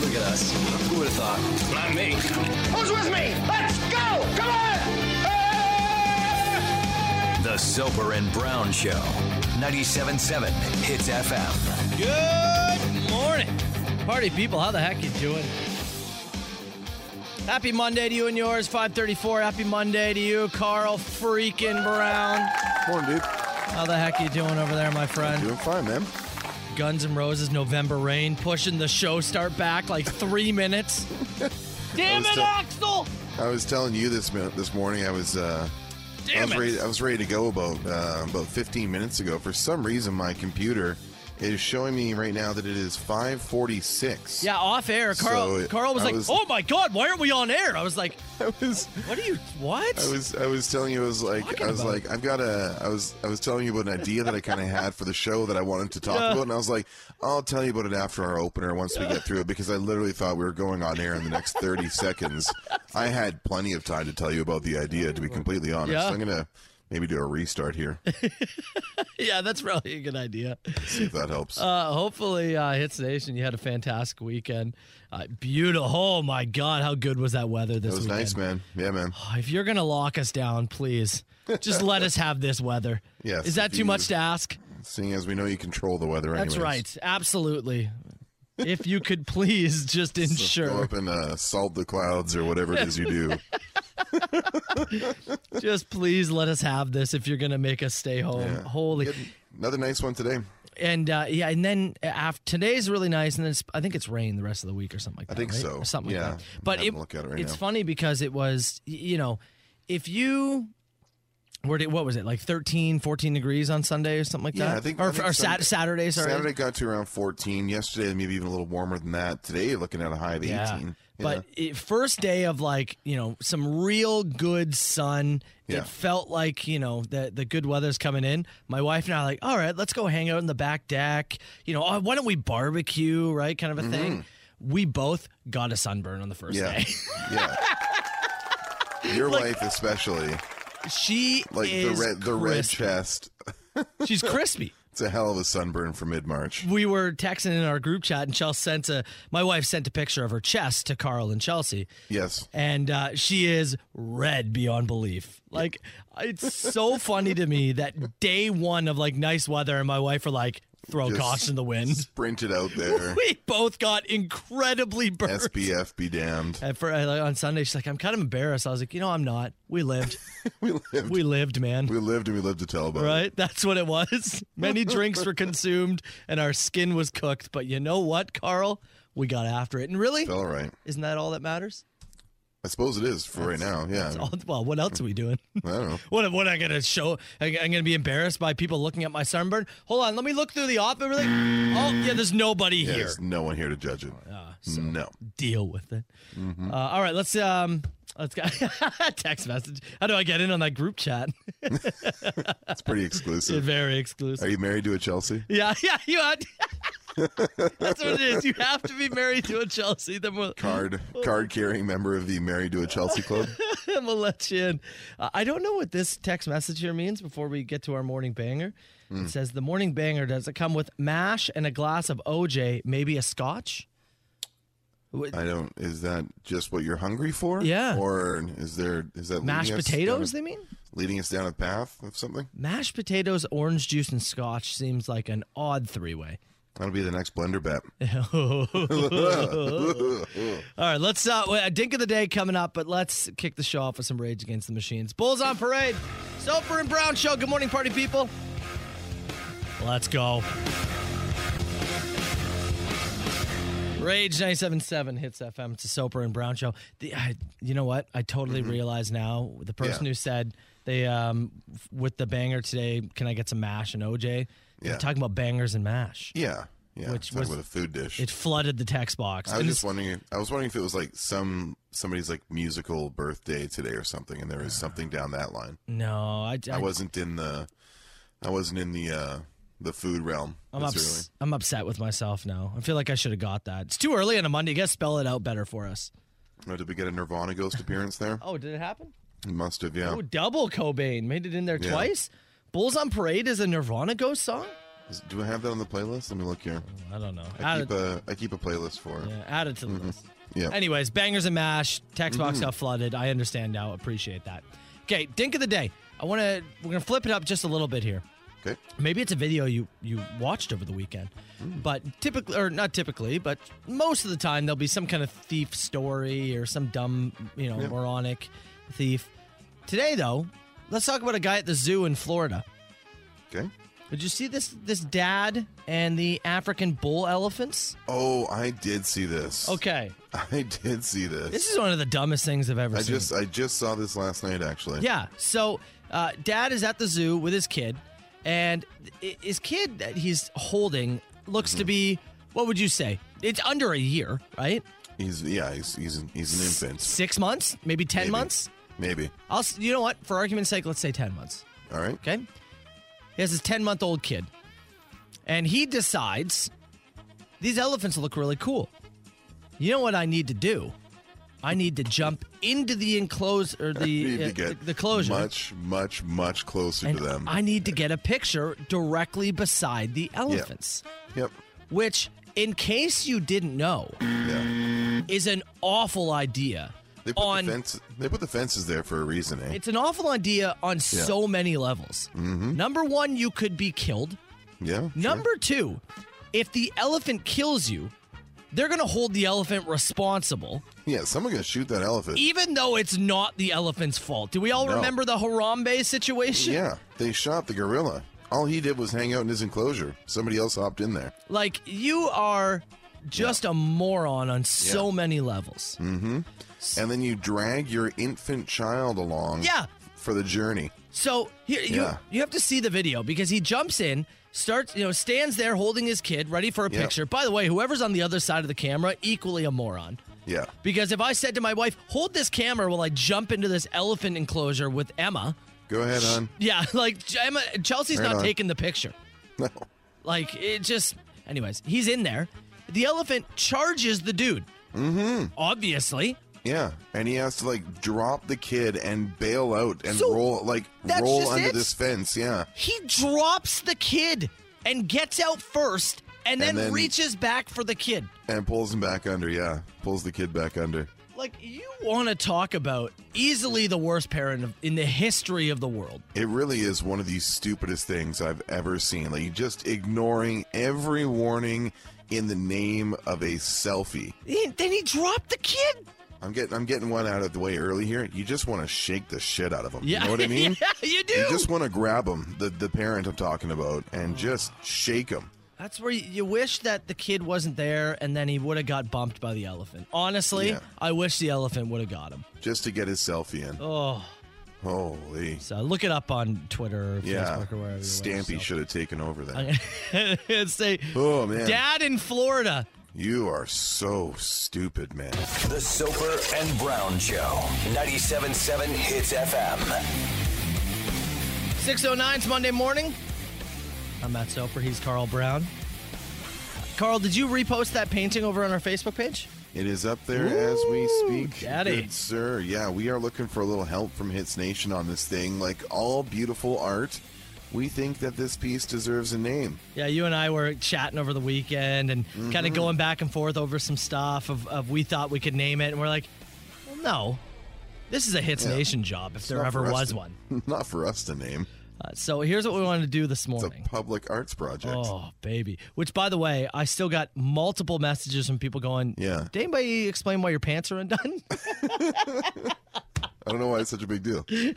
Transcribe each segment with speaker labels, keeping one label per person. Speaker 1: Look at us. Who would have thought? Not me.
Speaker 2: Who's with me? Let's go! Come on!
Speaker 1: The Soper and Brown Show. 97.7 Hits FM.
Speaker 3: Good morning, party people. How the heck you doing? Happy Monday to you and yours. 5:34. Happy Monday to you, Carl freaking Brown.
Speaker 4: Morning, dude.
Speaker 3: How the heck you doing over there, my friend?
Speaker 4: Doing fine, man.
Speaker 3: Guns and Roses, November Rain, pushing the show start back like three minutes. Damn
Speaker 4: I
Speaker 3: it,
Speaker 4: was
Speaker 3: Axel!
Speaker 4: I was telling you this min- this morning. I was uh, I
Speaker 3: Damn
Speaker 4: was ready.
Speaker 3: it!
Speaker 4: I was ready to go about uh, about 15 minutes ago. For some reason, my computer is showing me right now that it is 5:46.
Speaker 3: Yeah, off air, Carl.
Speaker 4: So,
Speaker 3: Carl was
Speaker 4: I
Speaker 3: like,
Speaker 4: was-
Speaker 3: "Oh my God, why aren't we on air?" I was like,
Speaker 4: I was.
Speaker 3: "What are you? What?"
Speaker 4: I was I was telling you I was like
Speaker 3: Talking
Speaker 4: I was
Speaker 3: about?
Speaker 4: like I've got a I was I was telling you about an idea that I kind of had for the show that I wanted to talk
Speaker 3: Yeah.
Speaker 4: about and I was like I'll tell you about it after our opener once we get through it because I literally thought we were going on air in the next 30 seconds. I had plenty of time to tell you about the idea to be completely honest.
Speaker 3: Yeah.
Speaker 4: I'm going to maybe do a restart here.
Speaker 3: yeah, that's probably a good idea.
Speaker 4: See if that helps.
Speaker 3: Uh, hopefully, uh, Hits Nation, you had a fantastic weekend. Uh, beautiful. Oh, my God. How good was that weather this
Speaker 4: that was
Speaker 3: weekend?
Speaker 4: nice, man. Yeah, man.
Speaker 3: Oh, if you're going to lock us down, please just let us have this weather.
Speaker 4: Yes,
Speaker 3: Is that
Speaker 4: if
Speaker 3: too
Speaker 4: you-
Speaker 3: much to ask?
Speaker 4: Seeing as we know you control the weather anyways.
Speaker 3: That's right. Absolutely. if you could please just
Speaker 4: Go
Speaker 3: ensure,
Speaker 4: up and uh, salt the clouds or whatever it is you do.
Speaker 3: just please let us have this if you're going to make us stay home. Holy.
Speaker 4: Another nice one today.
Speaker 3: And uh, yeah, and then after today's really nice, and then it's, I think it's rain the rest of the week or something like that.
Speaker 4: think
Speaker 3: right?
Speaker 4: so.
Speaker 3: Or something
Speaker 4: Yeah.
Speaker 3: like that. But
Speaker 4: I'm
Speaker 3: it,
Speaker 4: having a look at it right
Speaker 3: it's
Speaker 4: now.
Speaker 3: funny because it was, y- you know, if you were to, what was it like 13, 14 degrees on Sunday or something like
Speaker 4: Yeah,
Speaker 3: that?
Speaker 4: I think-
Speaker 3: or,
Speaker 4: I think
Speaker 3: or
Speaker 4: Sun-
Speaker 3: Sat- Saturday, sorry.
Speaker 4: Saturday got to around 14. Yesterday, maybe even a little warmer than that. Today, you're looking at a high of 18.
Speaker 3: But it, first day of like you know some real good sun.
Speaker 4: Yeah.
Speaker 3: It felt like you know the the good weather's coming in. My wife and I are like, all right, let's go hang out in the back deck. You know, oh, why don't we barbecue? Right, kind of a thing. We both got a sunburn on the first
Speaker 4: Mm-hmm. yeah,
Speaker 3: day.
Speaker 4: yeah. yeah. Your wife, especially,
Speaker 3: she
Speaker 4: like the
Speaker 3: is
Speaker 4: red, the red
Speaker 3: crispy.
Speaker 4: chest.
Speaker 3: She's crispy.
Speaker 4: It's a hell of a sunburn for mid March.
Speaker 3: we were texting in our group chat, and Chelsea sent a. My wife sent a picture of her chest to Carl and Chelsea.
Speaker 4: Yes,
Speaker 3: and uh, she is red beyond belief. Like it's so funny to me that day one of like nice weather and my wife are like throw
Speaker 4: Just-
Speaker 3: caution to the wind.
Speaker 4: sprinted out there.
Speaker 3: We both got incredibly burned.
Speaker 4: SBF be damned.
Speaker 3: And for, uh, on Sunday, she's like, "I'm kind of embarrassed." I was like, "You know, I'm not. We lived.
Speaker 4: We lived.
Speaker 3: We lived, man.
Speaker 4: We lived and we lived to tell about it.
Speaker 3: Right? That's what it was. Many drinks were consumed, and our skin was cooked. But you know what, Carl? We got after it. And really,
Speaker 4: Felt all right.
Speaker 3: isn't that all that matters?
Speaker 4: I suppose it is for right now. Yeah.
Speaker 3: All, well, what else are we doing?
Speaker 4: I don't know.
Speaker 3: What, what am I gonna show? I, I'm gonna be embarrassed by people looking at my sunburn. Hold on, let me look through the office. Really? Oh yeah, there's nobody
Speaker 4: Yeah,
Speaker 3: here. Oh,
Speaker 4: there's no one here to judge it. no.
Speaker 3: Deal with it. Uh, all right, let's um, let's go. text message. How do I get in on that group chat?
Speaker 4: It's pretty exclusive.
Speaker 3: Very
Speaker 4: Are
Speaker 3: exclusive.
Speaker 4: you married to a Chelsea?
Speaker 3: Yeah, yeah, you. Had, that's what it is. You have to be married to a Chelsea. Then we'll,
Speaker 4: Card card carrying member of the Married to a Chelsea Club.
Speaker 3: then we'll let you in. Uh, I don't know what this text message here means. Before we get to our morning banger, it says the morning banger does it come with mash and a glass of OJ, maybe a scotch.
Speaker 4: I don't. Is that just what you're hungry for?
Speaker 3: Yeah.
Speaker 4: Or is there is that
Speaker 3: Mashed
Speaker 4: leading us
Speaker 3: potatoes,
Speaker 4: down
Speaker 3: they mean?
Speaker 4: a- leading us down a path of something?
Speaker 3: Mashed potatoes, orange juice, and scotch seems like an odd three way.
Speaker 4: That'll be the next blender bet.
Speaker 3: All right, let's uh, wait, a dink of the day coming up, but let's kick the show off with some Rage Against the Machines. Bulls on parade. Soper and Brown show. Good morning, party people. Let's go. Rage 97.7 hits FM. It's a Soper and Brown show. The, I, you know what? I totally realize now. The person
Speaker 4: Mm-hmm. Yeah.
Speaker 3: who said they um, f- with the banger today, can I get some mash and OJ? They're
Speaker 4: Yeah.
Speaker 3: talking about bangers and mash.
Speaker 4: Yeah. Yeah.
Speaker 3: Which
Speaker 4: Which was,
Speaker 3: was-
Speaker 4: with a food dish.
Speaker 3: It flooded the text box.
Speaker 4: I was
Speaker 3: And
Speaker 4: just wondering. If, I was wondering if it was like some somebody's like musical birthday today or something, and there was something down that line.
Speaker 3: No, Uh, I,
Speaker 4: I wasn't in the. I wasn't in the uh the food realm.
Speaker 3: am
Speaker 4: That's
Speaker 3: ups- I'm upset with myself now. I feel like I should have got that. It's too early on a Monday. You gotta spell it out better for us.
Speaker 4: really- Oh, did we get a Nirvana ghost appearance there?
Speaker 3: Oh, did it happen?
Speaker 4: It must have. Yeah.
Speaker 3: Oh, double Cobain Oh, made it in there
Speaker 4: Yeah.
Speaker 3: twice. Bulls on Parade is a Nirvana ghost song.
Speaker 4: Is- Do I have that on the playlist? Let me look here.
Speaker 3: I don't know.
Speaker 4: I
Speaker 3: Add
Speaker 4: keep
Speaker 3: it,
Speaker 4: a I keep a playlist for it.
Speaker 3: Ah, yeah, add it to the list.
Speaker 4: Yeah. Mm-hmm.
Speaker 3: Anyways, bangers and mash. Text box got flooded. I understand now. Appreciate that. Okay, dink of the day. I want to. We're gonna flip it up just a little bit here.
Speaker 4: Okay.
Speaker 3: Maybe it's a video you you watched over the weekend,
Speaker 4: Mm.
Speaker 3: but typically or not typically, but most of the time there'll be some kind of thief story or some dumb, you know, moronic thief. Today though, let's talk about a guy at the zoo in Florida.
Speaker 4: Okay.
Speaker 3: Did you see this this dad and the African bull elephants?
Speaker 4: Oh, I did see this.
Speaker 3: Okay,
Speaker 4: I did see this.
Speaker 3: this is one of the dumbest things I've ever
Speaker 4: I
Speaker 3: seen.
Speaker 4: just I just saw this last night actually.
Speaker 3: Yeah. So, uh, dad is at the zoo with his kid, and i- his kid that he's holding looks
Speaker 4: Mm-hmm.
Speaker 3: to be, what would you say? It's under a year, right?
Speaker 4: He's yeah, he's he's an, he's an infant.
Speaker 3: Six months, maybe ten
Speaker 4: Maybe.
Speaker 3: months.
Speaker 4: Maybe.
Speaker 3: I'll. s- You know what? For argument's sake, let's say ten months.
Speaker 4: All right.
Speaker 3: Okay. He has his ten month old kid, and he decides these elephants look really cool. You know what I need to do? I need to jump into the enclosed or
Speaker 4: You
Speaker 3: the
Speaker 4: need to
Speaker 3: uh,
Speaker 4: get
Speaker 3: the closure.
Speaker 4: much much much closer
Speaker 3: and
Speaker 4: to them.
Speaker 3: I need to get a picture directly beside the elephants,
Speaker 4: yep.
Speaker 3: which, in case you didn't know,
Speaker 4: Yeah.
Speaker 3: is an awful idea.
Speaker 4: They put
Speaker 3: On
Speaker 4: the fence they put the fences there for a reason, eh?
Speaker 3: it's an awful idea on so many levels.
Speaker 4: Mm-hmm.
Speaker 3: Number one, you could be killed.
Speaker 4: yeah.
Speaker 3: Number two, if the elephant kills you, they're gonna hold the elephant responsible,
Speaker 4: Yeah, someone gonna shoot that elephant.
Speaker 3: even though it's not the elephant's fault. Do we all
Speaker 4: No.
Speaker 3: remember the Harambe situation?
Speaker 4: Yeah, they shot the gorilla. All he did was hang out in his enclosure. Somebody else hopped in there.
Speaker 3: Like you are just a moron on so
Speaker 4: Yeah. Mm-hmm.
Speaker 3: many levels.
Speaker 4: And then you drag your infant child along
Speaker 3: Yeah.
Speaker 4: for the journey.
Speaker 3: So here you
Speaker 4: Yeah.
Speaker 3: you have to see the video because he jumps in, starts you know stands there holding his kid ready for a
Speaker 4: Yeah.
Speaker 3: picture. By the way, whoever's on the other side of the camera equally a moron.
Speaker 4: Yeah.
Speaker 3: Because if I said to my wife, "Hold this camera while I jump into this elephant enclosure with Emma,"
Speaker 4: Go ahead on.
Speaker 3: yeah, like Emma Chelsea's
Speaker 4: Right
Speaker 3: not
Speaker 4: on.
Speaker 3: taking the picture.
Speaker 4: No.
Speaker 3: Like it just anyways, he's in there. The elephant charges the dude.
Speaker 4: Mm-hmm.
Speaker 3: Mhm. Obviously.
Speaker 4: Yeah. And he has to like drop the kid and bail out and
Speaker 3: So,
Speaker 4: roll like
Speaker 3: that's
Speaker 4: roll
Speaker 3: just
Speaker 4: under
Speaker 3: it?
Speaker 4: this fence. Yeah.
Speaker 3: He drops the kid and gets out first and then,
Speaker 4: And then-
Speaker 3: reaches back for the kid.
Speaker 4: And pulls him back under, yeah. Pulls the kid back under.
Speaker 3: Like, you want to talk about easily the worst parent of, in the history of the world.
Speaker 4: It really is one of the stupidest things I've ever seen. Like just ignoring every warning in the name of a selfie.
Speaker 3: He- then he dropped the kid.
Speaker 4: I'm getting I'm getting one out of the way early here. You just want to shake the shit out of them.
Speaker 3: Yeah.
Speaker 4: You know what I mean?
Speaker 3: yeah, you do.
Speaker 4: You just want to grab them, the the parent I'm talking about, and just shake them.
Speaker 3: That's where you, you wish that the kid wasn't there and then he would have got bumped by the elephant. Honestly,
Speaker 4: Yeah.
Speaker 3: I wish the elephant would have got him.
Speaker 4: just to get his selfie in.
Speaker 3: Oh,
Speaker 4: Holy.
Speaker 3: so look it up on Twitter or
Speaker 4: Yeah.
Speaker 3: Facebook or wherever.
Speaker 4: Stampy should have taken over that.
Speaker 3: should. Say,
Speaker 4: Oh, man.
Speaker 3: Dad in Florida.
Speaker 4: You are so stupid, man.
Speaker 1: The Soper and Brown Show. 97.7 Hits FM.
Speaker 3: 609's Monday morning. I'm Matt Soper. He's Carl Brown. Carl, did you repost that painting over on our Facebook page?
Speaker 4: It is up there as we speak.
Speaker 3: daddy.
Speaker 4: Good sir. Yeah, we are looking for a little help from Hits Nation on this thing. Like all beautiful art, we think that this piece deserves a name.
Speaker 3: Yeah, you and I were chatting over the weekend and kind of going back and forth over some stuff of, of we thought we could name it, and we're like, well, no, this is a Hits Nation job if there
Speaker 4: not
Speaker 3: ever
Speaker 4: for us
Speaker 3: was
Speaker 4: to-
Speaker 3: one.
Speaker 4: Not for us to name.
Speaker 3: Uh, so here's what we wanted to do this
Speaker 4: It's a
Speaker 3: morning.
Speaker 4: public arts project.
Speaker 3: Oh, baby. Which, by the way, I still got multiple messages from people going,
Speaker 4: Yeah.
Speaker 3: Did anybody explain why your pants are undone?
Speaker 4: I don't know why it's such a big deal. You're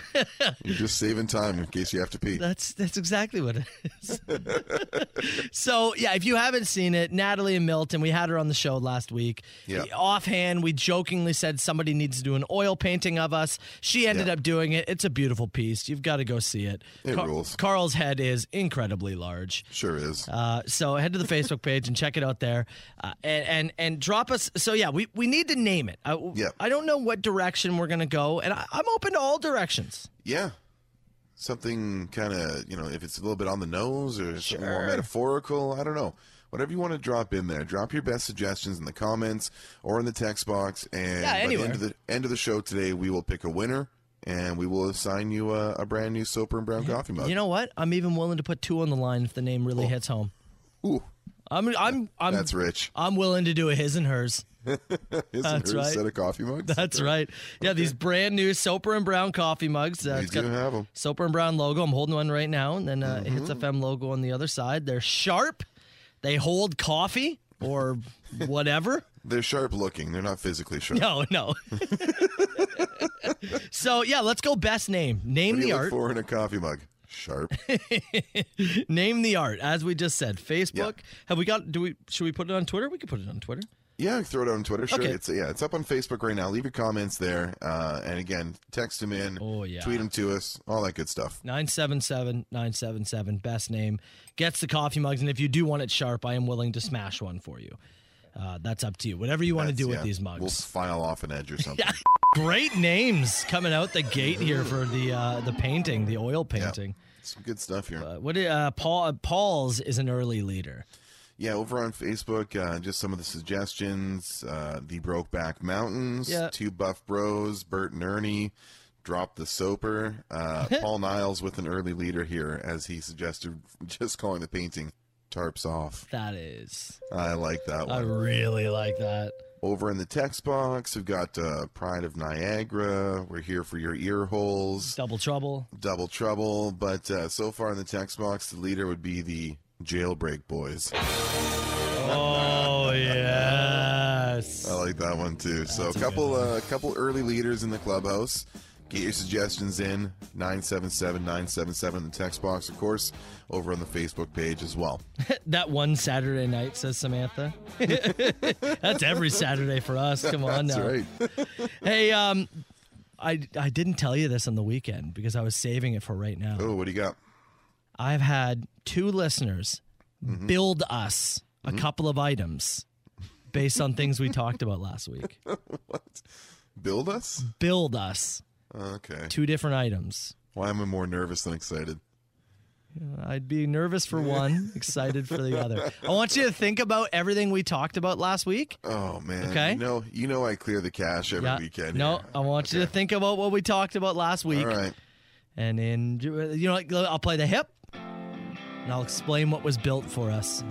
Speaker 4: just saving time in case you have to pee.
Speaker 3: That's that's exactly what it is. so yeah, if you haven't seen it, Natalie and Milton, we had her on the show last week.
Speaker 4: Yeah.
Speaker 3: Offhand, we jokingly said somebody needs to do an oil painting of us. She ended
Speaker 4: Yeah.
Speaker 3: up doing it. It's a beautiful piece. You've got to go see it.
Speaker 4: It rules.
Speaker 3: Carl's head is incredibly large.
Speaker 4: Sure is.
Speaker 3: Uh, so head to the Facebook page and check it out there, uh, and, and and drop us. So yeah, we, we need to name it. I,
Speaker 4: Yeah.
Speaker 3: I don't know what direction we're gonna go, and I, I'm open to all directions.
Speaker 4: Yeah. Something kind of, you know, if it's a little bit on the nose or something more metaphorical, I don't know. Whatever you want to drop in there, drop your best suggestions in the comments or in the text box. And
Speaker 3: Yeah,
Speaker 4: by the
Speaker 3: anywhere.
Speaker 4: end of the end of the show today, we will pick a winner and we will assign you a, a brand new Soper and Brown coffee mug.
Speaker 3: You know what? I'm even willing to put two on the line if the name really hits home.
Speaker 4: Ooh,
Speaker 3: I'm I'm I'm
Speaker 4: that's rich.
Speaker 3: I'm willing to do a his and hers.
Speaker 4: Isn't
Speaker 3: that's
Speaker 4: hers
Speaker 3: right.
Speaker 4: set of coffee mugs?
Speaker 3: That's right. Yeah, these brand new Soper and Brown coffee mugs. Uh,
Speaker 4: We
Speaker 3: it's got
Speaker 4: do have 'em. Mm-hmm.
Speaker 3: Soper and Brown logo. I'm holding one right now, and then uh, Hits FM logo on the other side. They're sharp. They hold coffee or whatever.
Speaker 4: They're sharp looking. They're not physically sharp.
Speaker 3: No, no. so yeah, let's go. Best name. Name
Speaker 4: What do
Speaker 3: the
Speaker 4: you look
Speaker 3: art.
Speaker 4: for in a coffee mug? Sharp.
Speaker 3: Name the art. As we just said, Facebook. Have we got? Do we? Should we put it on Twitter? We could put it on Twitter.
Speaker 4: Yeah, throw it out on Twitter. Sure,
Speaker 3: Okay.
Speaker 4: it's yeah, it's up on Facebook right now. Leave your comments there, uh, and again, text them in.
Speaker 3: Oh, yeah.
Speaker 4: tweet them to us, all that good stuff.
Speaker 3: 977 977 best name gets the coffee mugs and if you do want it sharp i am willing to smash one for you uh, that's up to you whatever you want to
Speaker 4: That's-
Speaker 3: do
Speaker 4: yeah,
Speaker 3: with these
Speaker 4: We'll
Speaker 3: mugs
Speaker 4: file off an edge or something.
Speaker 3: great names coming out the gate here for the uh, the painting the oil painting
Speaker 4: Some good stuff here.
Speaker 3: uh, what uh, paul uh, paul's is an early leader
Speaker 4: yeah, over on Facebook, uh, just some of the suggestions: uh, the Brokeback Mountains,
Speaker 3: Yeah.
Speaker 4: Two Buff Bros, Bert and Ernie. Drop the soaper. Uh, Paul Niles with an early leader here, as he suggested, just calling the painting "tarps off."
Speaker 3: that is
Speaker 4: I like that one.
Speaker 3: i really like that
Speaker 4: Over in the text box, we've got uh, Pride of Niagara. We're here for your ear holes,
Speaker 3: double trouble
Speaker 4: double trouble. But uh, so far in the text box, the leader would be the Jailbreak Boys.
Speaker 3: oh yes
Speaker 4: I like that one too. so a couple, uh, couple early leaders in the clubhouse. Get your suggestions in 977 977 in the text box, of course, over on the Facebook page as well.
Speaker 3: That one Saturday night, says Samantha. That's every Saturday for us. Come on
Speaker 4: That's
Speaker 3: now.
Speaker 4: right.
Speaker 3: Hey, um, I I didn't tell you this on the weekend because I was saving it for right now.
Speaker 4: Oh, what do you got?
Speaker 3: I've had two listeners
Speaker 4: Mm-hmm.
Speaker 3: build us a couple of items based on things we talked about last week.
Speaker 4: Build us?
Speaker 3: Build us
Speaker 4: Okay.
Speaker 3: two different items.
Speaker 4: Why am I more nervous than excited?
Speaker 3: I'd be nervous for one, excited for the other. I want you to think about everything we talked about last week.
Speaker 4: Oh man.
Speaker 3: Okay.
Speaker 4: You know, you know I clear the cache every
Speaker 3: Yeah.
Speaker 4: weekend.
Speaker 3: No, oh,
Speaker 4: here.
Speaker 3: I want you to think about what we talked about last week,
Speaker 4: All right.
Speaker 3: and in you know, like, I'll play the hip, and I'll explain what was built for us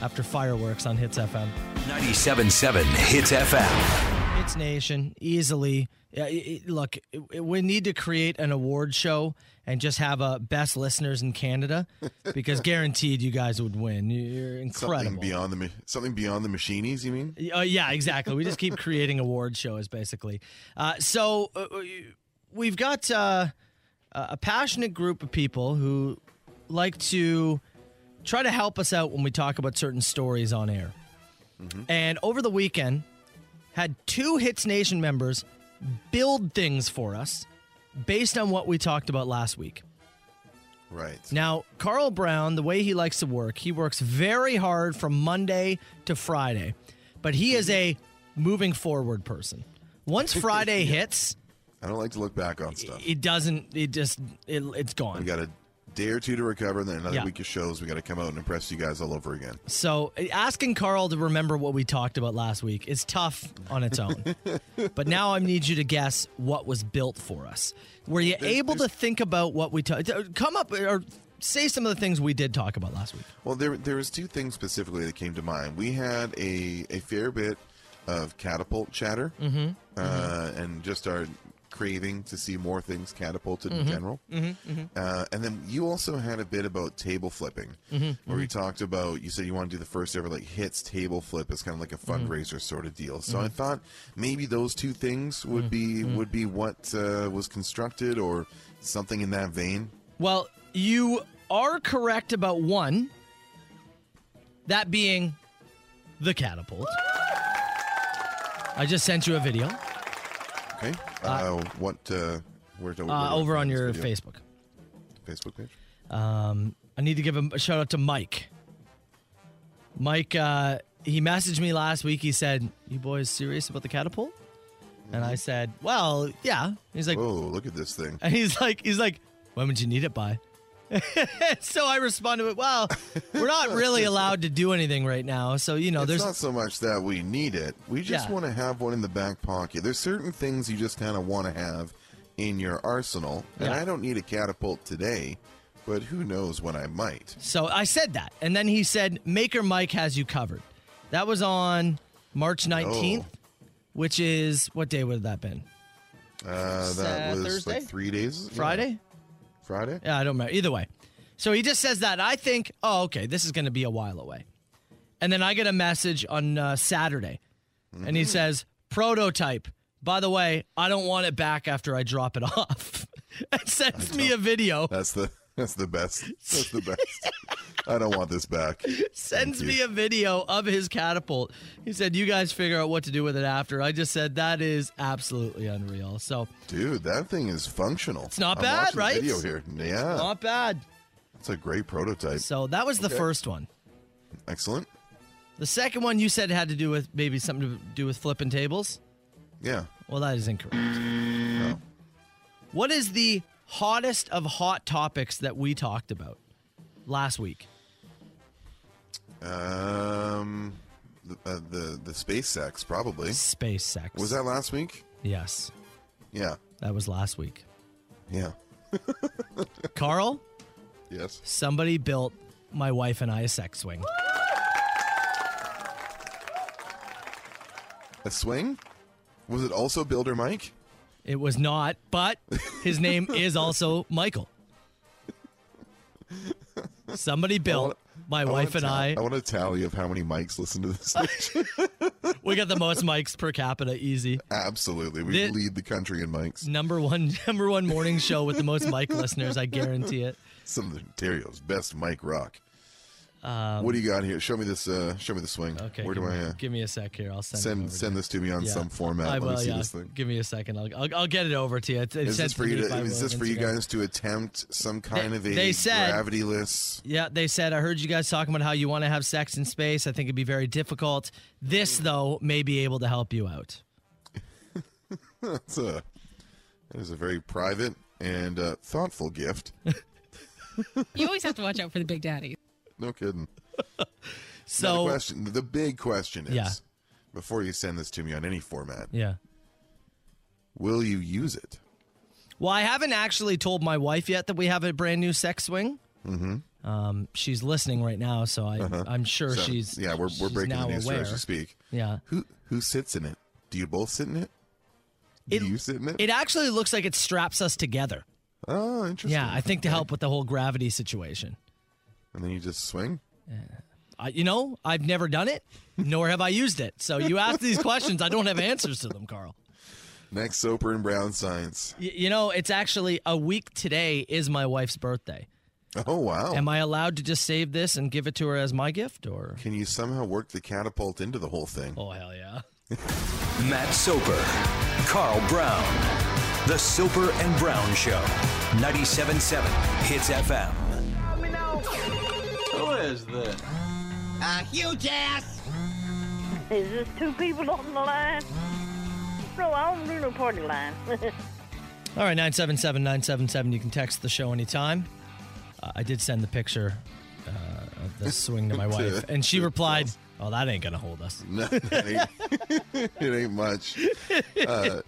Speaker 3: after fireworks on Hits FM.
Speaker 1: 97.7 Hits FM.
Speaker 3: Hits Nation easily. Yeah, it- it- look, it- it- we need to create an award show and just have a best listeners in Canada because guaranteed you guys would win. You're incredible.
Speaker 4: Something beyond the ma- something beyond the machinies, you mean?
Speaker 3: Uh, yeah, exactly. We just keep creating award shows, basically. Uh, so uh, we've got uh, a passionate group of people who like to try to help us out when we talk about certain stories on air. And over the weekend, had two Hits Nation members build things for us based on what we talked about last week.
Speaker 4: Right.
Speaker 3: Now, Carl Brown, the way he likes to work, he works very hard from Monday to Friday, but he is a moving forward person. Once Friday hits,
Speaker 4: I don't like to look back on stuff.
Speaker 3: it doesn't, it just, it, it's
Speaker 4: We
Speaker 3: gone.
Speaker 4: got a day or two to recover, and then another
Speaker 3: Yeah.
Speaker 4: week of shows. We got to come out and impress you guys all over again.
Speaker 3: So asking Carl to remember what we talked about last week is tough on its own. but now I need you to guess what was built for us. Were you able to think about what we talked, come up or say some of the things we did talk about last week?
Speaker 4: Well, there there was two things specifically that came to mind. We had a, a fair bit of catapult chatter, mm-hmm, uh, and just our craving to see more things catapulted in general. Mm-hmm, Uh, and then you also had a bit about table flipping, where we talked about you said you want to do the first ever like hits table flip as kind of like a fundraiser sort of deal. So I thought maybe those two things would be would be what uh, was constructed or something in that vein.
Speaker 3: Well, you are correct about one. That being the catapult. I just sent you a video uh,
Speaker 4: Okay, uh, what? Uh, where do, where
Speaker 3: uh,
Speaker 4: do I
Speaker 3: over on
Speaker 4: find this
Speaker 3: your
Speaker 4: video?
Speaker 3: Facebook.
Speaker 4: Facebook page.
Speaker 3: I need to give a, a shout out to Mike. Mike, uh, he messaged me last week. He said, You boys serious about the catapult? And I said, Well, yeah. He's like,
Speaker 4: Whoa, look at this thing.
Speaker 3: And he's like, he's like, when would you need it by? so I responded with, well, we're not really allowed to do anything right now. So, you know,
Speaker 4: it's
Speaker 3: Oh, there's
Speaker 4: not so much that we need it. We just
Speaker 3: Yeah.
Speaker 4: want to have one in the back pocket. There's certain things you just kind of want to have in your arsenal. And
Speaker 3: Yeah.
Speaker 4: I don't need a catapult today, but who knows when I might.
Speaker 3: So I said that. And then he said, Maker Mike has you covered. That was on March
Speaker 4: Oh.
Speaker 3: 19th, which is what day would have that been?
Speaker 4: Uh, that
Speaker 5: Uh,
Speaker 4: was
Speaker 5: Thursday?
Speaker 4: like three days. yeah,
Speaker 3: Friday?
Speaker 4: Friday?
Speaker 3: Yeah, I don't remember. Either way. So he just says that. I think, oh, okay, this is going to be a while away. And then I get a message on uh, Saturday, and he says, prototype. By the way, I don't want it back after I drop it off. and sends me a video.
Speaker 4: That's the that's the best. That's the best. I don't want this back.
Speaker 3: sends
Speaker 4: Thank
Speaker 3: me
Speaker 4: you.
Speaker 3: a video of his catapult. He said, "You guys figure out what to do with it after." I just said that is absolutely unreal. So
Speaker 4: Dude, that thing is functional. It's
Speaker 3: not bad, right?
Speaker 4: Video here. Yeah,
Speaker 3: not bad.
Speaker 4: it's a great prototype.
Speaker 3: So that was the first one.
Speaker 4: Excellent.
Speaker 3: The second one you said had to do with maybe something to do with flipping tables.
Speaker 4: Yeah.
Speaker 3: Well, that is incorrect. What is the hottest of hot topics that we talked about last week?
Speaker 4: Um, the uh, the, the space sex probably
Speaker 3: Space sex.
Speaker 4: was that last week.
Speaker 3: Yes,
Speaker 4: Yeah.
Speaker 3: that was last week.
Speaker 4: Yeah.
Speaker 3: Carl,
Speaker 4: Yes.
Speaker 3: somebody built my wife and I a sex swing.
Speaker 4: A swing? Was it also Builder Mike?
Speaker 3: It was not, but his name is also Michael. Somebody built my
Speaker 4: I wanna
Speaker 3: wife and I.
Speaker 4: tally- I want a tally of how many mics listen to this. station.
Speaker 3: We got the most mics per capita, easy.
Speaker 4: Absolutely, we
Speaker 3: Thi-
Speaker 4: lead the country in mics.
Speaker 3: Number one, number one morning show with the most mic listeners. I guarantee it.
Speaker 4: Some of the Ontario's best mic rock. what do you got here? Show me this. Uh, show me the swing.
Speaker 3: Um, Okay,
Speaker 4: Where
Speaker 3: give,
Speaker 4: do I
Speaker 3: me,
Speaker 4: uh,
Speaker 3: give me a sec here. I'll send it over
Speaker 4: send
Speaker 3: to
Speaker 4: send
Speaker 3: you.
Speaker 4: this to me on
Speaker 3: Yeah.
Speaker 4: some format?
Speaker 3: I
Speaker 4: Let
Speaker 3: will,
Speaker 4: me see
Speaker 3: yeah.
Speaker 4: this thing.
Speaker 3: Give me a second. I'll, I'll, I'll get it over to you. It's, it's
Speaker 4: Is
Speaker 3: sent
Speaker 4: this for you?
Speaker 3: me
Speaker 4: To,
Speaker 3: by
Speaker 4: is
Speaker 3: Will
Speaker 4: this
Speaker 3: on
Speaker 4: for you
Speaker 3: Instagram.
Speaker 4: guys to attempt some kind of a
Speaker 3: they said-
Speaker 4: gravityless?
Speaker 3: Yeah, they said, I heard you guys talking about how you want to have sex in space. I think it'd be very difficult. This, though, may be able to help you out.
Speaker 4: That's a that is a very private and uh, thoughtful gift.
Speaker 5: You always have to watch out for the big daddy.
Speaker 4: No kidding. Now, the
Speaker 3: So,
Speaker 4: question, the big question is,
Speaker 3: Yeah.
Speaker 4: before you send this to me on any format,
Speaker 3: yeah.
Speaker 4: will you use it?
Speaker 3: Well, I haven't actually told my wife yet that we have a brand new sex swing. Mm-hmm. Um, she's listening right now, so I, I'm sure
Speaker 4: Uh-huh. So,
Speaker 3: she's
Speaker 4: Uh, yeah, we're we're
Speaker 3: she's
Speaker 4: breaking the
Speaker 3: now
Speaker 4: news
Speaker 3: aware.
Speaker 4: here as we speak.
Speaker 3: Yeah,
Speaker 4: Who who sits in it? Do you both sit in it? Do
Speaker 3: It-
Speaker 4: you sit in it?
Speaker 3: it actually looks like it straps us together.
Speaker 4: oh, interesting.
Speaker 3: Yeah, I think to help with the whole gravity situation.
Speaker 4: And then you just swing.
Speaker 3: I, you know, I've never done it, nor have I used it. So you ask these questions, I don't have answers to them, Carl.
Speaker 4: Next, Soper and Brown science.
Speaker 3: Y- you know, it's actually a week today is my wife's birthday.
Speaker 4: Oh wow!
Speaker 3: Am I allowed to just save this and give it to her as my gift, or?
Speaker 4: Can you somehow work the catapult into the whole thing?
Speaker 3: Oh hell yeah!
Speaker 1: Matt Soper, Carl Brown. The Soper and Brown Show. 97.7 Hits FM.
Speaker 6: A huge ass!
Speaker 7: Is this two people on the line? No, I don't do no party line.
Speaker 3: All right, 977 977. You can text the show anytime. Uh, I did send the picture uh, of the swing to my wife, and she replied, Oh, that ain't going to hold us.
Speaker 4: No, that ain't, it ain't much. Uh,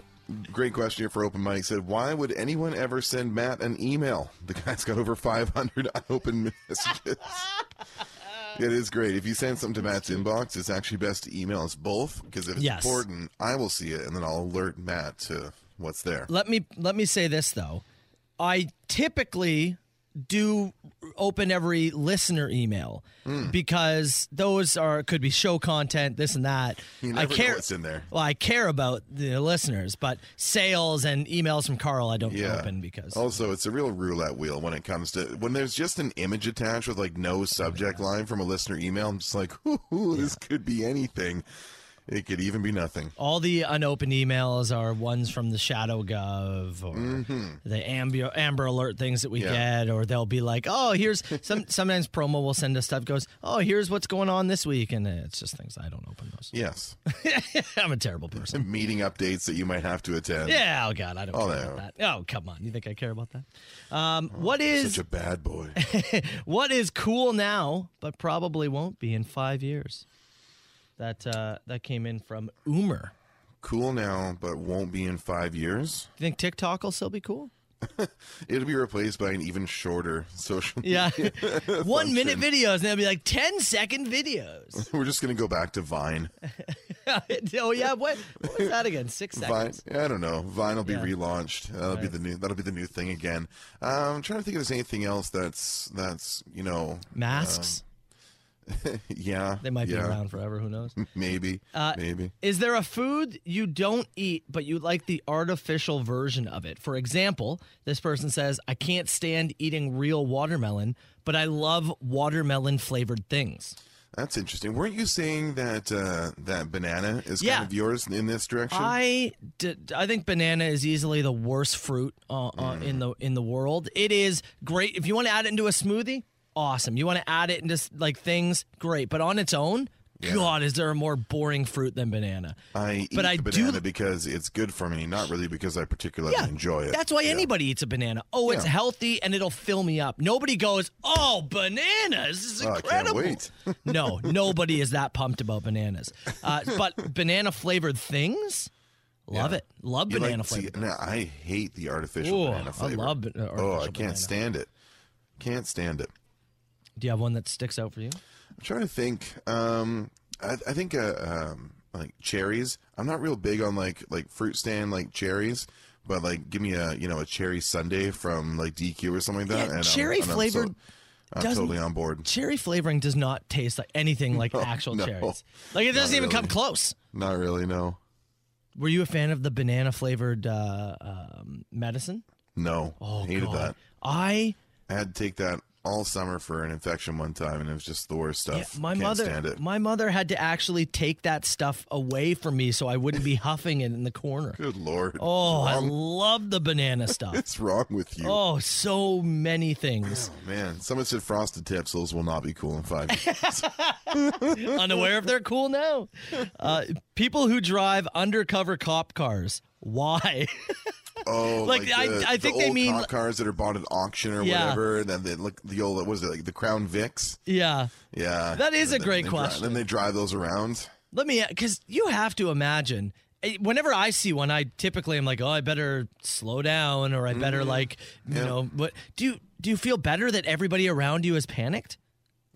Speaker 4: great question here for open mic. Said, why would anyone ever send Matt an email? The guy's got over 500 unopened messages. it is great. If you send something to Matt's inbox, it's actually best to email us both because if it's
Speaker 3: Yes.
Speaker 4: important, I will see it and then I'll alert Matt to what's there.
Speaker 3: Let me let me say this though. I typically do open every listener email
Speaker 4: Hmm.
Speaker 3: because those are could be show content, this and that.
Speaker 4: You
Speaker 3: I
Speaker 4: never know
Speaker 3: care
Speaker 4: what's in there.
Speaker 3: Well, I care about the listeners, but sales and emails from Carl I don't
Speaker 4: Yeah. Oh,
Speaker 3: open because
Speaker 4: Also, it's a real roulette wheel when it comes to when there's just an image attached with like no subject line from a listener email. I'm just like, ooh, ooh, this could be anything. It could even be nothing.
Speaker 3: All the unopened emails are ones from the Shadow Gov or the Amber, Amber Alert things that we
Speaker 4: Mm-hmm. Yeah.
Speaker 3: get, or they'll be like, "Oh, here's some." sometimes promo will send us stuff. Goes, "Oh, here's what's going on this week," and it's just things I don't open those.
Speaker 4: Yes,
Speaker 3: I'm a terrible person.
Speaker 4: meeting updates that you might have to attend.
Speaker 3: yeah. Oh God, I don't
Speaker 4: Oh,
Speaker 3: care
Speaker 4: no.
Speaker 3: about that. Oh come on, you think I care about that? Um, what is
Speaker 4: such a bad boy.
Speaker 3: what is cool now, but probably won't be in five years? That uh, that came in from Umer.
Speaker 4: cool now, but won't be in five years.
Speaker 3: you think TikTok will still be cool?
Speaker 4: It'll be replaced by an even shorter social.
Speaker 3: Yeah.
Speaker 4: media
Speaker 3: One minute
Speaker 4: function.
Speaker 3: videos, and they'll be like 10 second videos.
Speaker 4: We're just gonna go back to Vine.
Speaker 3: oh, yeah. What, what was that again? Six
Speaker 4: Vine,
Speaker 3: seconds.
Speaker 4: I don't know. Vine will be
Speaker 3: Yeah.
Speaker 4: relaunched. That'll be the new. That'll be the new thing again. Um, I'm trying to think if there's anything else that's that's you know,
Speaker 3: Masks.
Speaker 4: yeah.
Speaker 3: they might
Speaker 4: Um, yeah,
Speaker 3: be around forever. Who knows?
Speaker 4: Maybe.
Speaker 3: Uh,
Speaker 4: maybe.
Speaker 3: Is there a food you don't eat, but you like the artificial version of it? For example, this person says, I can't stand eating real watermelon, but I love watermelon flavored things.
Speaker 4: That's interesting. Weren't you saying that uh, that banana is
Speaker 3: Yeah.
Speaker 4: kind of yours in this direction?
Speaker 3: I, d- I think banana is easily the worst fruit uh, uh,
Speaker 4: Mm.
Speaker 3: in the in the world. It is great if you want to add it into a smoothie. Awesome. You want to add it into s- like things, great. But on its own, God, is there a more boring fruit than banana?
Speaker 4: I eat
Speaker 3: but
Speaker 4: the
Speaker 3: I do-
Speaker 4: banana because it's good for me, not really because I particularly enjoy it.
Speaker 3: That's why anybody eats a banana. Oh, it's
Speaker 4: Yeah.
Speaker 3: healthy and it'll fill me up. Nobody goes, oh, bananas. This is
Speaker 4: Oh, I can't
Speaker 3: incredible.
Speaker 4: wait.
Speaker 3: no, nobody is that pumped about bananas. Uh, but banana flavored things, love it. Love
Speaker 4: You like
Speaker 3: banana
Speaker 4: to see-
Speaker 3: flavored.
Speaker 4: no, I hate the artificial
Speaker 3: Ooh, I
Speaker 4: banana flavor.
Speaker 3: love ba- uh,
Speaker 4: oh, I
Speaker 3: artificial
Speaker 4: can't
Speaker 3: banana.
Speaker 4: stand it. Can't stand it.
Speaker 3: Do you have one that sticks out for you?
Speaker 4: I'm trying to think. Um, I, I think uh, um, like cherries. I'm not real big on like like fruit stand like cherries, but like give me a you know a cherry sundae from like DQ or something like that.
Speaker 3: Yeah,
Speaker 4: I'm-
Speaker 3: cherry
Speaker 4: I'm so-
Speaker 3: flavored
Speaker 4: I'm
Speaker 3: doesn't-
Speaker 4: totally on board.
Speaker 3: Cherry flavoring does not taste like anything like actual
Speaker 4: no,
Speaker 3: cherries. Like it doesn't even come
Speaker 4: really.
Speaker 3: close.
Speaker 4: Not really. No.
Speaker 3: Were you a fan of the banana flavored uh, um, medicine?
Speaker 4: No.
Speaker 3: Oh,
Speaker 4: hated
Speaker 3: God.
Speaker 4: that.
Speaker 3: I
Speaker 4: I had to take that all summer for an infection one time, and it was just the worst
Speaker 3: Yeah,
Speaker 4: stuff.
Speaker 3: my
Speaker 4: Can't
Speaker 3: mother,
Speaker 4: stand it.
Speaker 3: my mother had to actually take that stuff away from me so I wouldn't be huffing it in the corner.
Speaker 4: Good lord.
Speaker 3: Oh, I
Speaker 4: Wrong-
Speaker 3: love the banana stuff.
Speaker 4: what's wrong with you? Oh,
Speaker 3: Oh, so many things.
Speaker 4: Man, someone said frosted tipsils will not be cool in five years.
Speaker 3: Unaware if they're cool now. Uh, people who drive undercover cop cars. Why?
Speaker 4: Oh,
Speaker 3: Like,
Speaker 4: like,
Speaker 3: I-
Speaker 4: the,
Speaker 3: I
Speaker 4: the
Speaker 3: think they
Speaker 4: old
Speaker 3: mean-
Speaker 4: cop cars that are bought at auction or
Speaker 3: Yeah.
Speaker 4: whatever. And then they look the old what was it like the Crown Vics?
Speaker 3: yeah.
Speaker 4: Yeah,
Speaker 3: That is
Speaker 4: And
Speaker 3: a
Speaker 4: then
Speaker 3: great
Speaker 4: they dri-
Speaker 3: question.
Speaker 4: then they drive those around.
Speaker 3: Let me, because you have to imagine. eh, Whenever I see one, I typically am like, "Oh, I better slow down," or "I better like, you
Speaker 4: Mm-hmm. Yeah.
Speaker 3: know." What do you do? You feel better that everybody around you is panicked?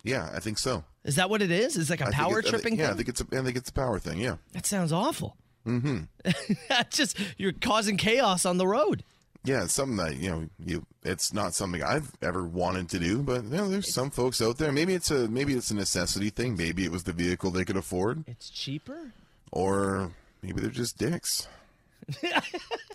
Speaker 4: Yeah, I think so.
Speaker 3: Is that what it is? Is like a
Speaker 4: I think
Speaker 3: power
Speaker 4: it's- I think-
Speaker 3: tripping
Speaker 4: Yeah, I
Speaker 3: thing?
Speaker 4: think it's a, I think it's a power thing. Yeah,
Speaker 3: that sounds awful. Mm-hmm. That's just you're causing chaos on the road.
Speaker 4: yeah, it's something that you know you. It's not something I've ever wanted to do, but you know, there's some folks out there. Maybe it's a maybe it's a necessity thing. Maybe it was the vehicle they could afford.
Speaker 3: It's cheaper.
Speaker 4: or maybe they're just dicks. I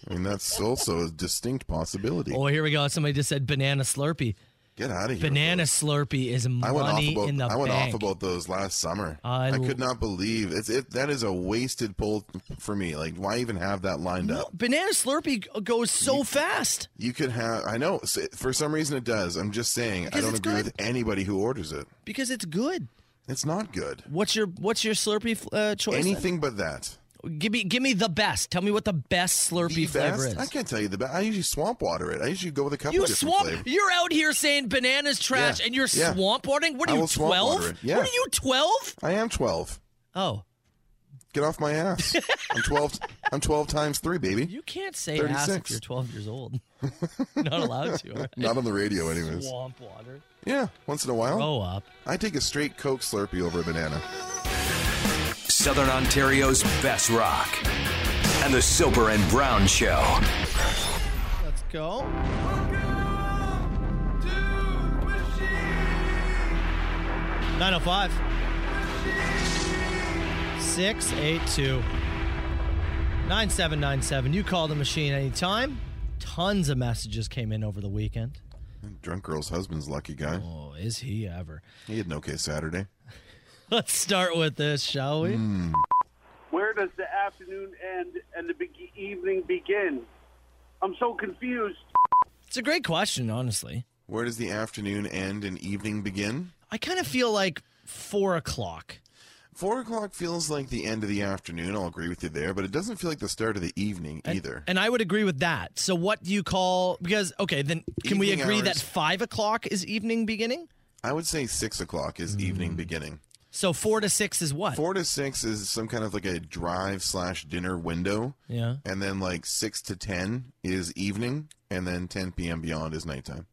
Speaker 4: mean, that's also a distinct possibility.
Speaker 3: Oh, here we go. Somebody just said banana slurpee.
Speaker 4: Get out of here.
Speaker 3: Banana
Speaker 4: folks.
Speaker 3: slurpee is
Speaker 4: I
Speaker 3: money
Speaker 4: went off about
Speaker 3: in the
Speaker 4: I went
Speaker 3: bank.
Speaker 4: off about those last summer.
Speaker 3: I
Speaker 4: I,
Speaker 3: l-
Speaker 4: could not believe it's it. That is a wasted pull for me. Like, why even have that lined
Speaker 3: No,
Speaker 4: up?
Speaker 3: banana slurpee g- goes so fast.
Speaker 4: You could have. I know s- for some reason it does. I'm just saying.
Speaker 3: Because
Speaker 4: I don't
Speaker 3: it's
Speaker 4: agree
Speaker 3: good.
Speaker 4: with anybody who orders it.
Speaker 3: Because it's good.
Speaker 4: It's not good.
Speaker 3: What's your What's your Slurpee f- uh, choice? then?
Speaker 4: Anything but that.
Speaker 3: Give me Give me the best. Tell me what the best Slurpee
Speaker 4: The
Speaker 3: flavor
Speaker 4: best? I
Speaker 3: is.
Speaker 4: can't tell you the best. I usually swamp water it. I usually go with a couple
Speaker 3: You
Speaker 4: different
Speaker 3: swamp.
Speaker 4: flavors.
Speaker 3: You're out here saying bananas trash,
Speaker 4: Yeah,
Speaker 3: and you're
Speaker 4: yeah.
Speaker 3: swamp watering. What
Speaker 4: I
Speaker 3: are you
Speaker 4: will swamp water
Speaker 3: twelve?
Speaker 4: it, yeah.
Speaker 3: What are you twelve?
Speaker 4: I am twelve.
Speaker 3: Oh,
Speaker 4: Get off my ass. I'm 12 I'm 12 times 3, baby.
Speaker 3: you can't say ass if
Speaker 4: 36.
Speaker 3: you're twelve years old. Not allowed to. all right?
Speaker 4: Not on the radio anyways.
Speaker 3: Swamp Oh. water.
Speaker 4: Yeah, once in a while.
Speaker 3: Grow up.
Speaker 4: I take a straight Coke Slurpee over a banana.
Speaker 1: Southern Ontario's best rock. And the Soper and Brown Show.
Speaker 3: Let's go. Nine oh five. Six eight two. Nine seven nine seven. You call the machine anytime. Tons of messages came in over the weekend.
Speaker 4: Drunk girl's husband's lucky guy.
Speaker 3: Oh, is he ever?
Speaker 4: He had an okay Saturday.
Speaker 3: Let's start with this, shall we?
Speaker 8: Where does the afternoon end and the beg evening begin? I'm so confused.
Speaker 3: It's a great question, honestly.
Speaker 4: Where does the afternoon end and evening begin?
Speaker 3: I kind of feel like four o'clock.
Speaker 4: Four o'clock feels like the end of the afternoon. I'll agree with you there, but it doesn't feel like the start of the evening
Speaker 3: And-
Speaker 4: either.
Speaker 3: And I would agree with that. So what do you call because okay, then can we
Speaker 4: Evening
Speaker 3: agree that
Speaker 4: hours.
Speaker 3: five o'clock is evening beginning? Mm.
Speaker 4: I would say six o'clock is evening beginning.
Speaker 3: So four to six is what?
Speaker 4: Four to six is some kind of like a drive slash dinner window.
Speaker 3: Yeah.
Speaker 4: And then like six to 10 is evening. And then 10 p.m. beyond is nighttime.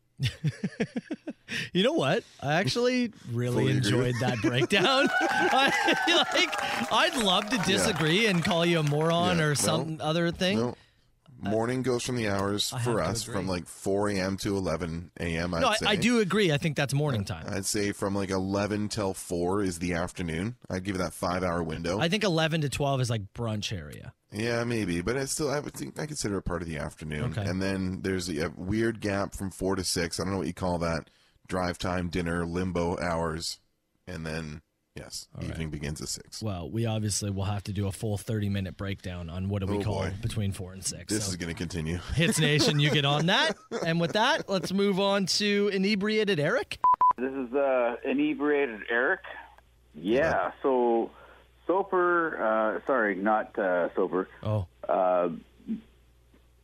Speaker 3: You know what? I actually really
Speaker 4: Fully agree.
Speaker 3: enjoyed that breakdown. I, like, I'd love to disagree and call you a moron
Speaker 4: Yeah,
Speaker 3: or
Speaker 4: no,
Speaker 3: some other thing.
Speaker 4: No. Morning goes from the hours
Speaker 3: I
Speaker 4: for
Speaker 3: have to
Speaker 4: us from
Speaker 3: agree.
Speaker 4: like 4 a.m. to 11 a.m. I'd
Speaker 3: No, I,
Speaker 4: say.
Speaker 3: I do agree. I think that's morning time.
Speaker 4: I'd say from like 11 till 4 is the afternoon. I'd give it that five hour window.
Speaker 3: I think 11 to 12 is like brunch area.
Speaker 4: Yeah, maybe, but it's still I would think I consider it part of the afternoon.
Speaker 3: Okay.
Speaker 4: And then there's a, a weird gap from four to six. I don't know what you call that. Drive time, dinner, limbo hours, and then yes, evening begins at six.
Speaker 3: Well, we obviously will have to do a full 30 minute breakdown on what do we
Speaker 4: Oh,
Speaker 3: call
Speaker 4: boy.
Speaker 3: between four and six.
Speaker 4: This
Speaker 3: So,
Speaker 4: is going to continue.
Speaker 3: Hits Nation, you get on that. And with that, let's move on to inebriated Eric.
Speaker 9: This is uh, inebriated Eric. Yeah, so sober, uh, sorry, not uh, sober.
Speaker 3: Oh,
Speaker 9: Uh,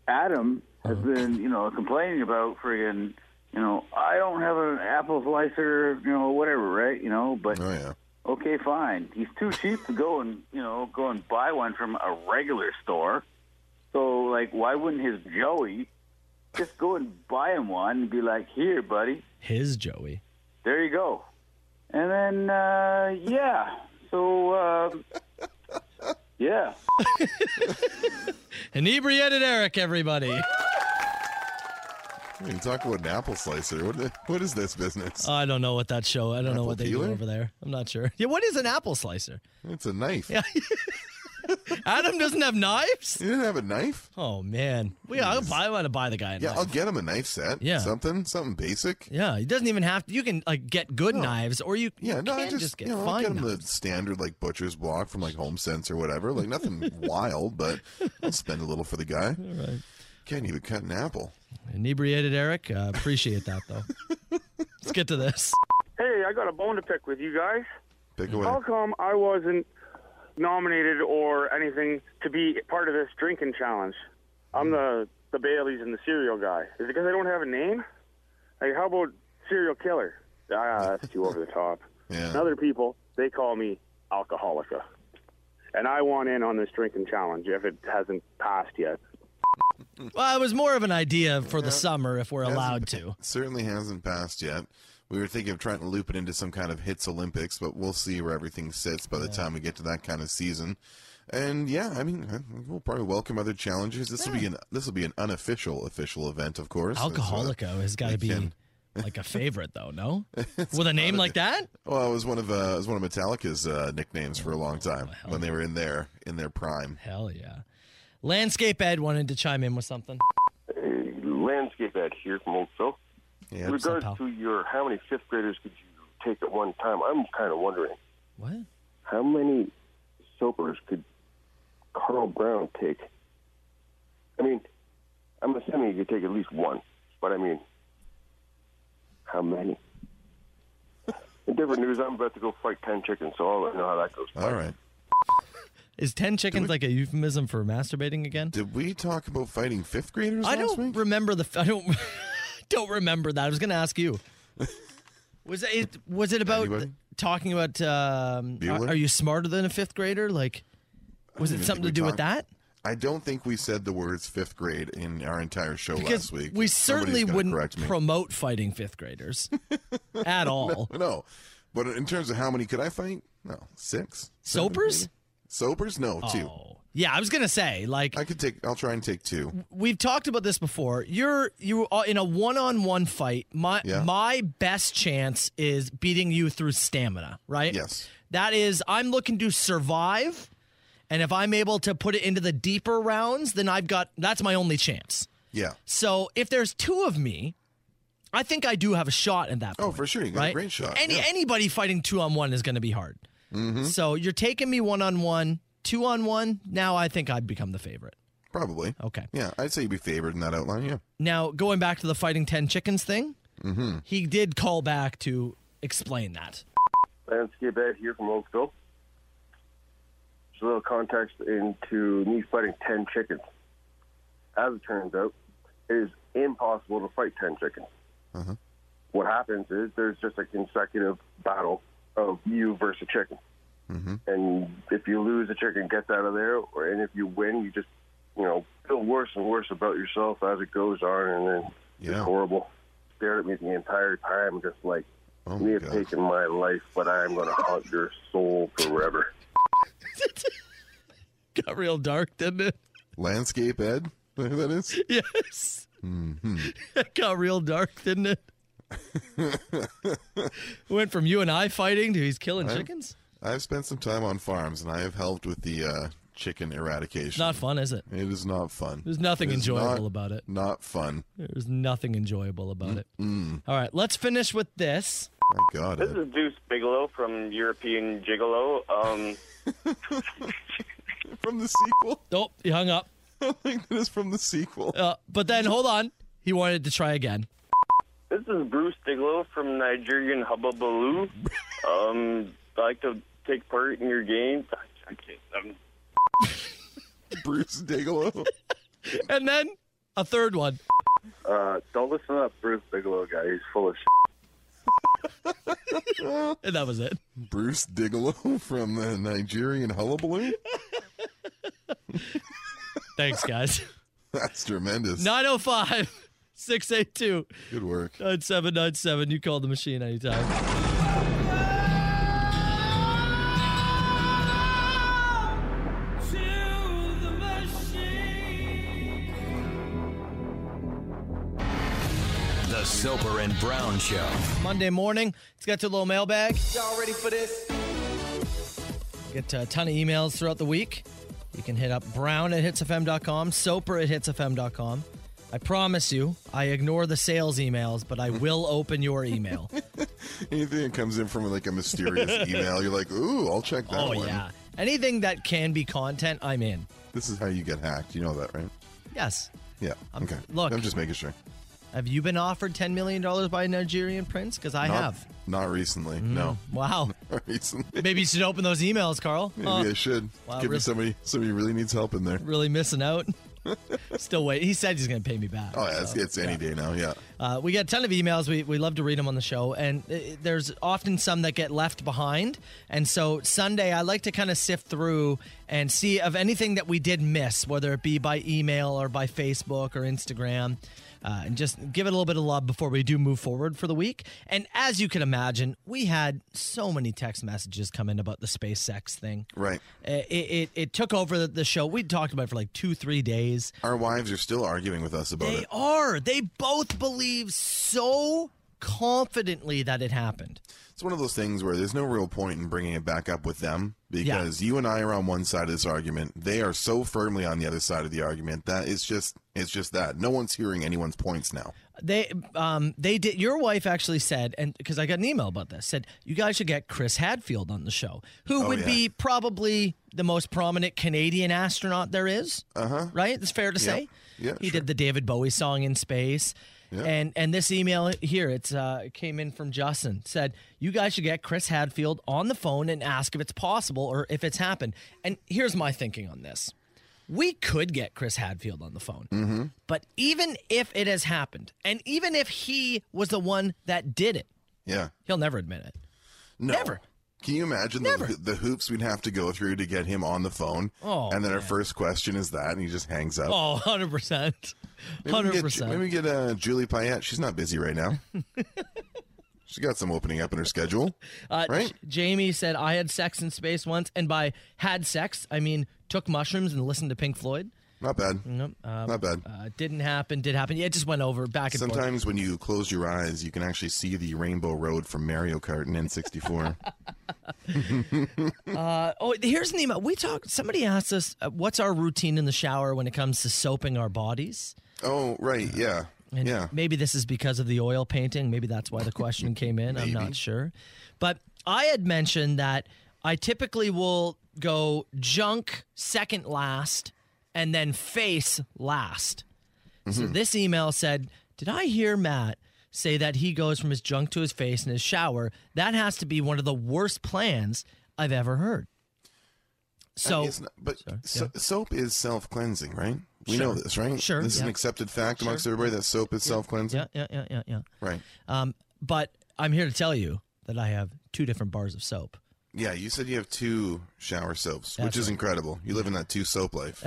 Speaker 9: Adam has been, you know, complaining about friggin', you know, I don't have an apple slicer, you know, whatever, right? You know, but
Speaker 4: Oh yeah,
Speaker 9: okay, fine. He's too cheap to go and, you know, go and buy one from a regular store. So, like, why wouldn't his Joey just go and buy him one and be like, here, buddy,
Speaker 3: his Joey.
Speaker 9: there you go. And then, uh, yeah. So, um yeah.
Speaker 3: Inebriated Eric, everybody.
Speaker 4: we can talk about an apple slicer. What what is this business?
Speaker 3: I don't know what that show. I don't know
Speaker 4: Apple
Speaker 3: what they
Speaker 4: peeler?
Speaker 3: do over there. I'm not sure. Yeah, what is an apple slicer?
Speaker 4: it's a knife.
Speaker 3: Yeah. Adam doesn't have knives.
Speaker 4: You didn't have a knife?
Speaker 3: Oh man, we I'll buy. I want to buy the guy a
Speaker 4: Yeah,
Speaker 3: knife.
Speaker 4: I'll get him a knife set.
Speaker 3: Yeah.
Speaker 4: something, something basic.
Speaker 3: yeah, he doesn't even have. to. You can like get good knives, or you
Speaker 4: Yeah,
Speaker 3: you
Speaker 4: no, I
Speaker 3: can
Speaker 4: just,
Speaker 3: get
Speaker 4: you know, I'll
Speaker 3: fine
Speaker 4: get him
Speaker 3: knives.
Speaker 4: the standard like butcher's block from like Home Sense or whatever. Like nothing wild, but I'll spend a little for the guy. Can't even cut an apple.
Speaker 3: Inebriated Eric, uh, appreciate that though. Let's get to this.
Speaker 10: Hey, I got a bone to pick with you guys.
Speaker 4: Pick
Speaker 3: Mm.
Speaker 4: away.
Speaker 11: Oh,
Speaker 10: How come I wasn't nominated or anything to be part of this drinking challenge? I'm the the Bailey's and the cereal guy. Is it because I don't have a name? Like, how about serial killer? Ah, that's too over the top.
Speaker 4: Yeah.
Speaker 10: And other people, they call me alcoholica, and I want in on this drinking challenge if it hasn't passed yet.
Speaker 3: Well, it was more of an idea for the summer if we're
Speaker 4: Hasn't-
Speaker 3: allowed to.
Speaker 4: Certainly hasn't passed yet. We were thinking of trying to loop it into some kind of hits Olympics, but we'll see where everything sits by the time we get to that kind of season. And yeah, I mean, I- we'll probably welcome other challenges. This will be an this will be an unofficial official event, of course. That's, uh,
Speaker 3: Alcoholico has got to
Speaker 4: they
Speaker 3: be
Speaker 4: can-
Speaker 3: like a favorite though, no? With a name like that?
Speaker 4: Well, it was one of uh, it was one of Metallica's uh, nicknames for a long
Speaker 3: Oh,
Speaker 4: time when they were in their in their prime.
Speaker 3: Hell yeah. Landscape Ed wanted to chime in with something.
Speaker 11: landscape ad here from Oakville.
Speaker 4: Yeah,
Speaker 11: In
Speaker 3: what's up,
Speaker 11: regards
Speaker 3: pal?
Speaker 11: to your how many fifth graders could you take at one time, I'm kind of wondering
Speaker 3: What?
Speaker 11: how many soapers could Carl Brown take? I mean, I'm assuming he could take at least one, but I mean, how many? In different news, I'm about to go fight 10 chickens, so I'll let you know how that goes.
Speaker 4: All right.
Speaker 3: Is 10 chickens like a euphemism for masturbating again?
Speaker 4: Did we talk about fighting fifth graders
Speaker 3: I
Speaker 4: last
Speaker 3: don't
Speaker 4: week?
Speaker 3: remember the I don't don't remember that. I was going to ask you. Was it was it about
Speaker 4: Anybody?
Speaker 3: talking about um, are,
Speaker 4: Bueller?
Speaker 3: are you smarter than a 5th grader? Like was
Speaker 4: even
Speaker 3: it
Speaker 4: think
Speaker 3: something to
Speaker 4: we
Speaker 3: do with that?
Speaker 4: talked- I don't think we said the words fifth grade in our entire show
Speaker 3: Because
Speaker 4: last week.
Speaker 3: we
Speaker 4: Somebody's
Speaker 3: certainly
Speaker 4: gonna
Speaker 3: wouldn't
Speaker 4: correct me.
Speaker 3: promote fighting fifth graders at all.
Speaker 4: no, but in terms of how many could I fight? No, six. Seven,
Speaker 3: Soapers?
Speaker 4: maybe? Soapers? No, two.
Speaker 3: Oh. Yeah, I was gonna say like
Speaker 4: I could take. I'll try and take two.
Speaker 3: we've talked about this before. You're you are in a one-on-one fight. My
Speaker 4: Yeah.
Speaker 3: my best chance is beating you through stamina, right?
Speaker 4: Yes.
Speaker 3: That is I'm looking to survive and if I'm able to put it into the deeper rounds, then I've got that's my only chance.
Speaker 4: Yeah.
Speaker 3: So if there's two of me, I think I do have a shot at that
Speaker 4: Oh,
Speaker 3: point.
Speaker 4: for sure, you got a
Speaker 3: right?
Speaker 4: great shot,
Speaker 3: Any
Speaker 4: yeah. Mm-hmm.
Speaker 3: anybody fighting two on one is going to be hard. So you're taking me one on one, two on one. Now I think I'd become the favorite.
Speaker 4: Probably.
Speaker 3: Okay.
Speaker 4: Yeah, I'd say you'd be favored in that outline. Yeah.
Speaker 3: Now going back to the fighting ten chickens thing,
Speaker 4: Mm-hmm.
Speaker 3: he did call back to explain that.
Speaker 11: Landscape Ed here from Oakville. Just a little context into me fighting 10 chickens. As it turns out, it is impossible to fight 10 chickens. What happens is there's just a consecutive battle of you versus a chicken. And if you lose, the chicken gets out of there, or and if you win, you just you know feel worse and worse about yourself as it goes on, and then it's horrible. Stared at me the entire time, just like you have taken my life, but I'm going to haunt your soul forever.
Speaker 3: Got real dark, didn't it?
Speaker 4: Landscape Ed, I think that is.
Speaker 3: Yes.
Speaker 4: hmm
Speaker 3: That got real dark, didn't it? Went from you and I fighting to he's killing
Speaker 4: I'm-
Speaker 3: chickens.
Speaker 4: I've spent some time on farms, and I have helped with the uh, chicken eradication. It's
Speaker 3: not fun, is it?
Speaker 4: It is not fun.
Speaker 3: There's nothing
Speaker 4: It is
Speaker 3: enjoyable
Speaker 4: not-
Speaker 3: about it.
Speaker 4: Not fun.
Speaker 3: There's nothing enjoyable about it.
Speaker 4: Mm.
Speaker 3: All right, let's finish with this.
Speaker 4: My God,
Speaker 12: This is Deuce Bigelow from European Gigolo. Um,
Speaker 4: from the sequel.
Speaker 3: Oh, he hung up.
Speaker 4: I think that is from the sequel.
Speaker 3: Uh, but then hold on, he wanted to try again.
Speaker 12: this is Bruce Bigelow from Nigerian Hubba Baloo. Um, I like to take part in your game. I, I can't. I'm,
Speaker 4: Bruce Digolo.
Speaker 3: and then a third one.
Speaker 11: Uh, don't listen to that Bruce Bigelow guy. He's full of
Speaker 3: and that was it.
Speaker 4: Bruce Digolo from the Nigerian Hullabaloo.
Speaker 3: Thanks, guys.
Speaker 4: That's tremendous.
Speaker 3: 905 682
Speaker 4: Good work.
Speaker 3: 9797. You call the machine anytime.
Speaker 1: The Soper and Brown Show.
Speaker 3: Monday morning, let's get to a little mailbag.
Speaker 6: Y'all ready for this?
Speaker 3: Get a ton of emails throughout the week. You can hit up brown at hitsfm.com, soper at hitsfm.com. I promise you, I ignore the sales emails, but I will open your email.
Speaker 4: Anything that comes in from like a mysterious email, you're like, ooh, I'll check that
Speaker 3: oh,
Speaker 4: one.
Speaker 3: yeah. Anything that can be content, I'm in.
Speaker 4: This is how you get hacked. You know that, right?
Speaker 3: Yes.
Speaker 4: Yeah. okay.
Speaker 3: Um, look.
Speaker 4: I'm just making sure.
Speaker 3: Have you been offered $10 million by a Nigerian prince? Because I
Speaker 4: Not-
Speaker 3: have. Mm.
Speaker 4: Not recently. No.
Speaker 3: Wow.
Speaker 4: Not recently.
Speaker 3: Maybe you should open those emails, Carl.
Speaker 4: Maybe
Speaker 3: Huh.
Speaker 4: I should.
Speaker 3: Oh, Wow,
Speaker 4: Could be
Speaker 3: really-
Speaker 4: somebody. Somebody really needs help in there.
Speaker 3: Really missing out. Still wait. He said he's going to pay me back.
Speaker 4: Oh, yeah. it's,
Speaker 3: so,
Speaker 4: it's any
Speaker 3: yeah.
Speaker 4: day now. Yeah.
Speaker 3: Uh, we get a ton of emails. We, we love to read them on the show. And uh, there's often some that get left behind. And so Sunday, I like to kind of sift through and see of anything that we did miss, whether it be by email or by Facebook or Instagram. Uh, and just give it a little bit of love before we do move forward for the week. And as you can imagine, we had so many text messages come in about the SpaceX thing.
Speaker 4: Right.
Speaker 3: Uh, It, it, it took over the, the show. We talked about it for like two, three days.
Speaker 4: Our wives are still arguing with us about
Speaker 3: They
Speaker 4: it.
Speaker 3: are. They both believe so confidently that it happened.
Speaker 4: It's one of those things where there's no real point in bringing it back up with them because you and I are on one side of this argument. They are so firmly on the other side of the argument that it's just it's just that no one's hearing anyone's points now.
Speaker 3: They um they did your wife actually said and because I got an email about this said you guys should get Chris Hadfield on the show who
Speaker 4: Oh,
Speaker 3: would
Speaker 4: yeah.
Speaker 3: be probably the most prominent Canadian astronaut there is uh-huh right it's fair to
Speaker 4: Yeah.
Speaker 3: say
Speaker 4: Yeah,
Speaker 3: he did the David Bowie song in space
Speaker 4: Yeah.
Speaker 3: and and this email here it's uh it came in from Justin said you guys should get Chris Hadfield on the phone and ask if it's possible or if it's happened and here's my thinking on this we could get Chris Hadfield on the phone
Speaker 6: Mm-hmm.
Speaker 3: but even if it has happened, and even if he was the one that did it,
Speaker 4: Yeah.
Speaker 3: he'll never admit it.
Speaker 4: No. Never. Can you imagine the, the hoops we'd have to go through to get him on the phone?
Speaker 3: Oh,
Speaker 4: and then our first question is that, and he just hangs up.
Speaker 3: Oh, 100%.
Speaker 4: Maybe we
Speaker 3: 100%.
Speaker 4: get- Maybe we get uh, Julie Payette. She's not busy right now. She's got some opening up in her schedule.
Speaker 3: uh,
Speaker 4: right?
Speaker 3: J- Jamie said, I had sex in space once, and by had sex, I mean took mushrooms and listened to Pink Floyd.
Speaker 4: Not bad.
Speaker 3: Nope. Um,
Speaker 4: Not bad.
Speaker 3: Uh, didn't happen, did happen. Yeah, it just went over back and forth.
Speaker 4: Sometimes when you close your eyes, you can actually see the Rainbow Road from Mario Kart in N64.
Speaker 3: Uh, oh, here's an email. We talked, somebody asked us, uh, what's our routine in the shower when it comes to soaping our bodies?
Speaker 4: oh, right. Yeah.
Speaker 3: And
Speaker 4: yeah.
Speaker 3: maybe this is because of the oil painting. Maybe that's why the question came in. I'm not sure. But I had mentioned that I typically will go junk second last and then face last. So
Speaker 4: Mm-hmm.
Speaker 6: Mhm.
Speaker 3: this email said, Did I hear Matt say that he goes from his junk to his face in his shower? That has to be one of the worst plans I've ever heard. So,
Speaker 4: I mean, it's not- but so, soap is self cleansing, right? We know
Speaker 3: Sure.
Speaker 4: this, right?
Speaker 3: Sure,
Speaker 4: This is an
Speaker 3: yeah.
Speaker 4: accepted fact amongst
Speaker 3: Sure.
Speaker 4: everybody that soap is self cleansing.
Speaker 3: yeah, yeah, yeah, yeah.
Speaker 4: Right.
Speaker 3: Um, but I'm here to tell you, that I have two different bars of soap.
Speaker 4: Yeah, you said you have two shower soaps, which
Speaker 3: That's
Speaker 4: is
Speaker 3: right.
Speaker 4: incredible. You live in that two soap life.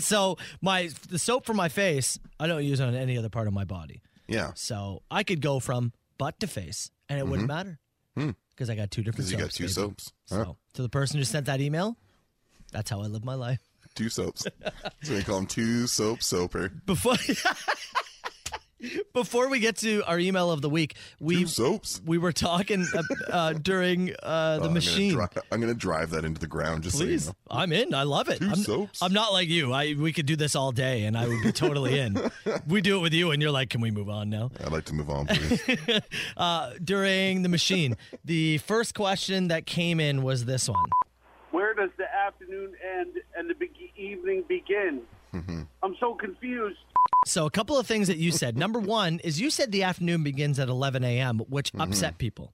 Speaker 3: so my the soap for my face, I don't use on any other part of my body.
Speaker 4: Yeah.
Speaker 3: So I could go from butt to face, and it wouldn't
Speaker 4: Mhm.
Speaker 3: matter
Speaker 4: Hmm.
Speaker 3: because I got two different.
Speaker 4: Because you got
Speaker 3: soaps,
Speaker 4: two
Speaker 3: baby.
Speaker 4: soaps.
Speaker 3: So
Speaker 4: Huh.
Speaker 3: to the person who sent that email, that's how I live my life.
Speaker 4: Two soaps. so they call him two soap soaper.
Speaker 3: Before before we get to our email of the week, we we were talking uh, uh, during uh,
Speaker 4: Oh,
Speaker 3: the
Speaker 4: I'm gonna
Speaker 3: machine.
Speaker 4: dri- I'm going to drive that into the ground just
Speaker 3: Please,
Speaker 4: so you know.
Speaker 3: I'm in. I love it.
Speaker 4: Two
Speaker 3: I'm,
Speaker 4: soaps.
Speaker 3: I'm not like you. I we could do this all day, and I would be totally in. we do it with you, and you're like, "Can we move on now?"
Speaker 4: I'd like to move on, please.
Speaker 3: Uh, during the machine, the first question that came in was this one.
Speaker 8: Where does the afternoon end and the big evening begin? I'm so confused.
Speaker 3: So, a couple of things that you said. Number one is you said the afternoon begins at 11 a.m., which
Speaker 4: Mm-hmm.
Speaker 3: upset people.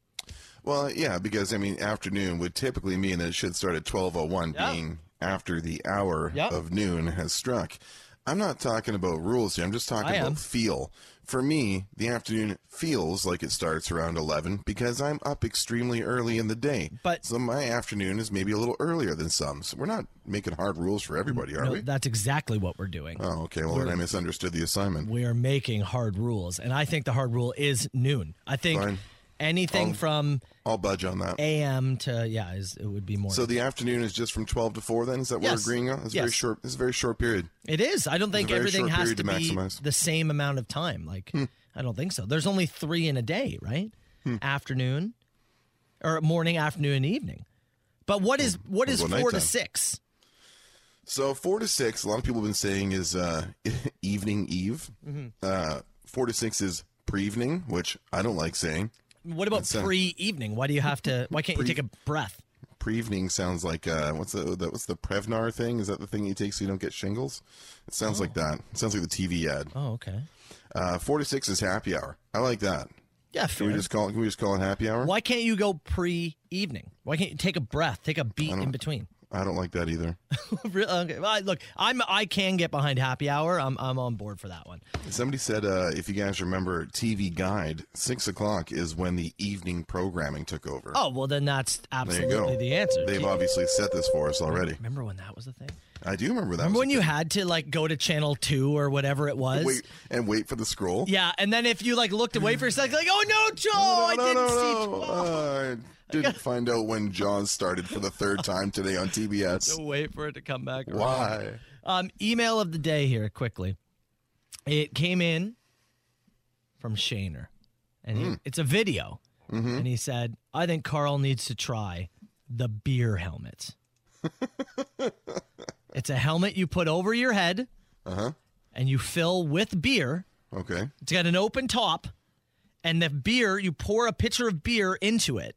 Speaker 4: Well, yeah, because I mean, afternoon would typically mean it should start at twelve oh one, being after the hour
Speaker 3: Yeah.
Speaker 4: of noon has struck. I'm not talking about rules here. I'm just talking
Speaker 3: I
Speaker 4: about
Speaker 3: am.
Speaker 4: feel. For me, the afternoon feels like it starts around eleven because I'm up extremely early in the day.
Speaker 3: But
Speaker 4: so my afternoon is maybe a little earlier than some. So we're not making hard rules for everybody, are
Speaker 3: No,
Speaker 4: we?
Speaker 3: That's exactly what we're doing.
Speaker 4: Oh, okay. Well, then I misunderstood the assignment.
Speaker 3: We are making hard rules, and I think the hard rule is noon. I think
Speaker 4: Fine.
Speaker 3: anything
Speaker 4: I'll-
Speaker 3: from
Speaker 4: I'll budge on that.
Speaker 3: a.m. to, yeah, is, it would be more.
Speaker 4: So the afternoon is just from twelve to four. Then is that what
Speaker 3: Yes.
Speaker 4: we're agreeing on? It's a very
Speaker 3: Yes.
Speaker 4: short. It's a very short period.
Speaker 3: It is. I don't
Speaker 4: It's a
Speaker 3: think
Speaker 4: very
Speaker 3: everything
Speaker 4: short
Speaker 3: has to,
Speaker 4: period to
Speaker 3: be
Speaker 4: maximize. Hmm.
Speaker 3: the same amount of time. Like, I don't think so. There's only three in a day, right? Afternoon, or morning, afternoon, and evening. But what is what is
Speaker 4: Hmm.
Speaker 3: four
Speaker 4: What about
Speaker 3: to
Speaker 4: nighttime?
Speaker 3: six?
Speaker 4: So four to six, a lot of people have been saying is uh, evening eve.
Speaker 3: Mhm.
Speaker 4: Uh, four to six is pre-evening, which I don't like saying.
Speaker 3: What about
Speaker 4: That's, uh,
Speaker 3: pre-evening? Why do you have to? Why can't you
Speaker 4: Pre-
Speaker 3: take a breath?
Speaker 4: Pre-evening sounds like uh, what's the, the what's the Prevnar thing? Is that the thing you take so you don't get shingles? It sounds like that. It sounds like the TV ad.
Speaker 3: Oh, okay.
Speaker 4: Uh, four to six is happy hour. I like that.
Speaker 3: Yeah,
Speaker 4: Can we
Speaker 3: fair.
Speaker 4: just call? it- Can we just call it happy hour?
Speaker 3: Why can't you go pre-evening? Why can't you take a breath, take a beat in between?
Speaker 4: I don't like that either.
Speaker 3: Really? okay. well, I- look, I'm I can get behind happy hour. I'm I'm on board for that one.
Speaker 4: Somebody said, uh, if you guys remember TV Guide, six o'clock is when the evening programming took over.
Speaker 3: Oh well, then that's
Speaker 4: there you go.
Speaker 3: absolutely the answer.
Speaker 4: They've obviously set this for us already.
Speaker 3: Remember when that was the thing?
Speaker 4: I do remember that.
Speaker 3: Remember
Speaker 4: was
Speaker 3: when you had to like go to channel two or whatever it was?
Speaker 4: wait and wait for the scroll.
Speaker 3: Yeah, and then if you like looked away for a second, like, oh no, Joe, I
Speaker 4: no,
Speaker 3: didn't
Speaker 4: no,
Speaker 3: see.
Speaker 4: no. Uh, I didn't find out when Jaws started for the third time today on TBS.
Speaker 3: To wait for it to come back. around.
Speaker 4: Why?
Speaker 3: Um, email of the day here quickly. It came in from Shaner, and
Speaker 4: Hmm.
Speaker 3: he- it's a video,
Speaker 4: Mm-hmm.
Speaker 3: and he said, "I think Carl needs to try the beer helmet. it's a helmet you put over your head,
Speaker 4: uh-huh.
Speaker 3: and you fill with beer."
Speaker 4: Okay.
Speaker 3: It's got an open top, and the beer you pour a pitcher of beer into it,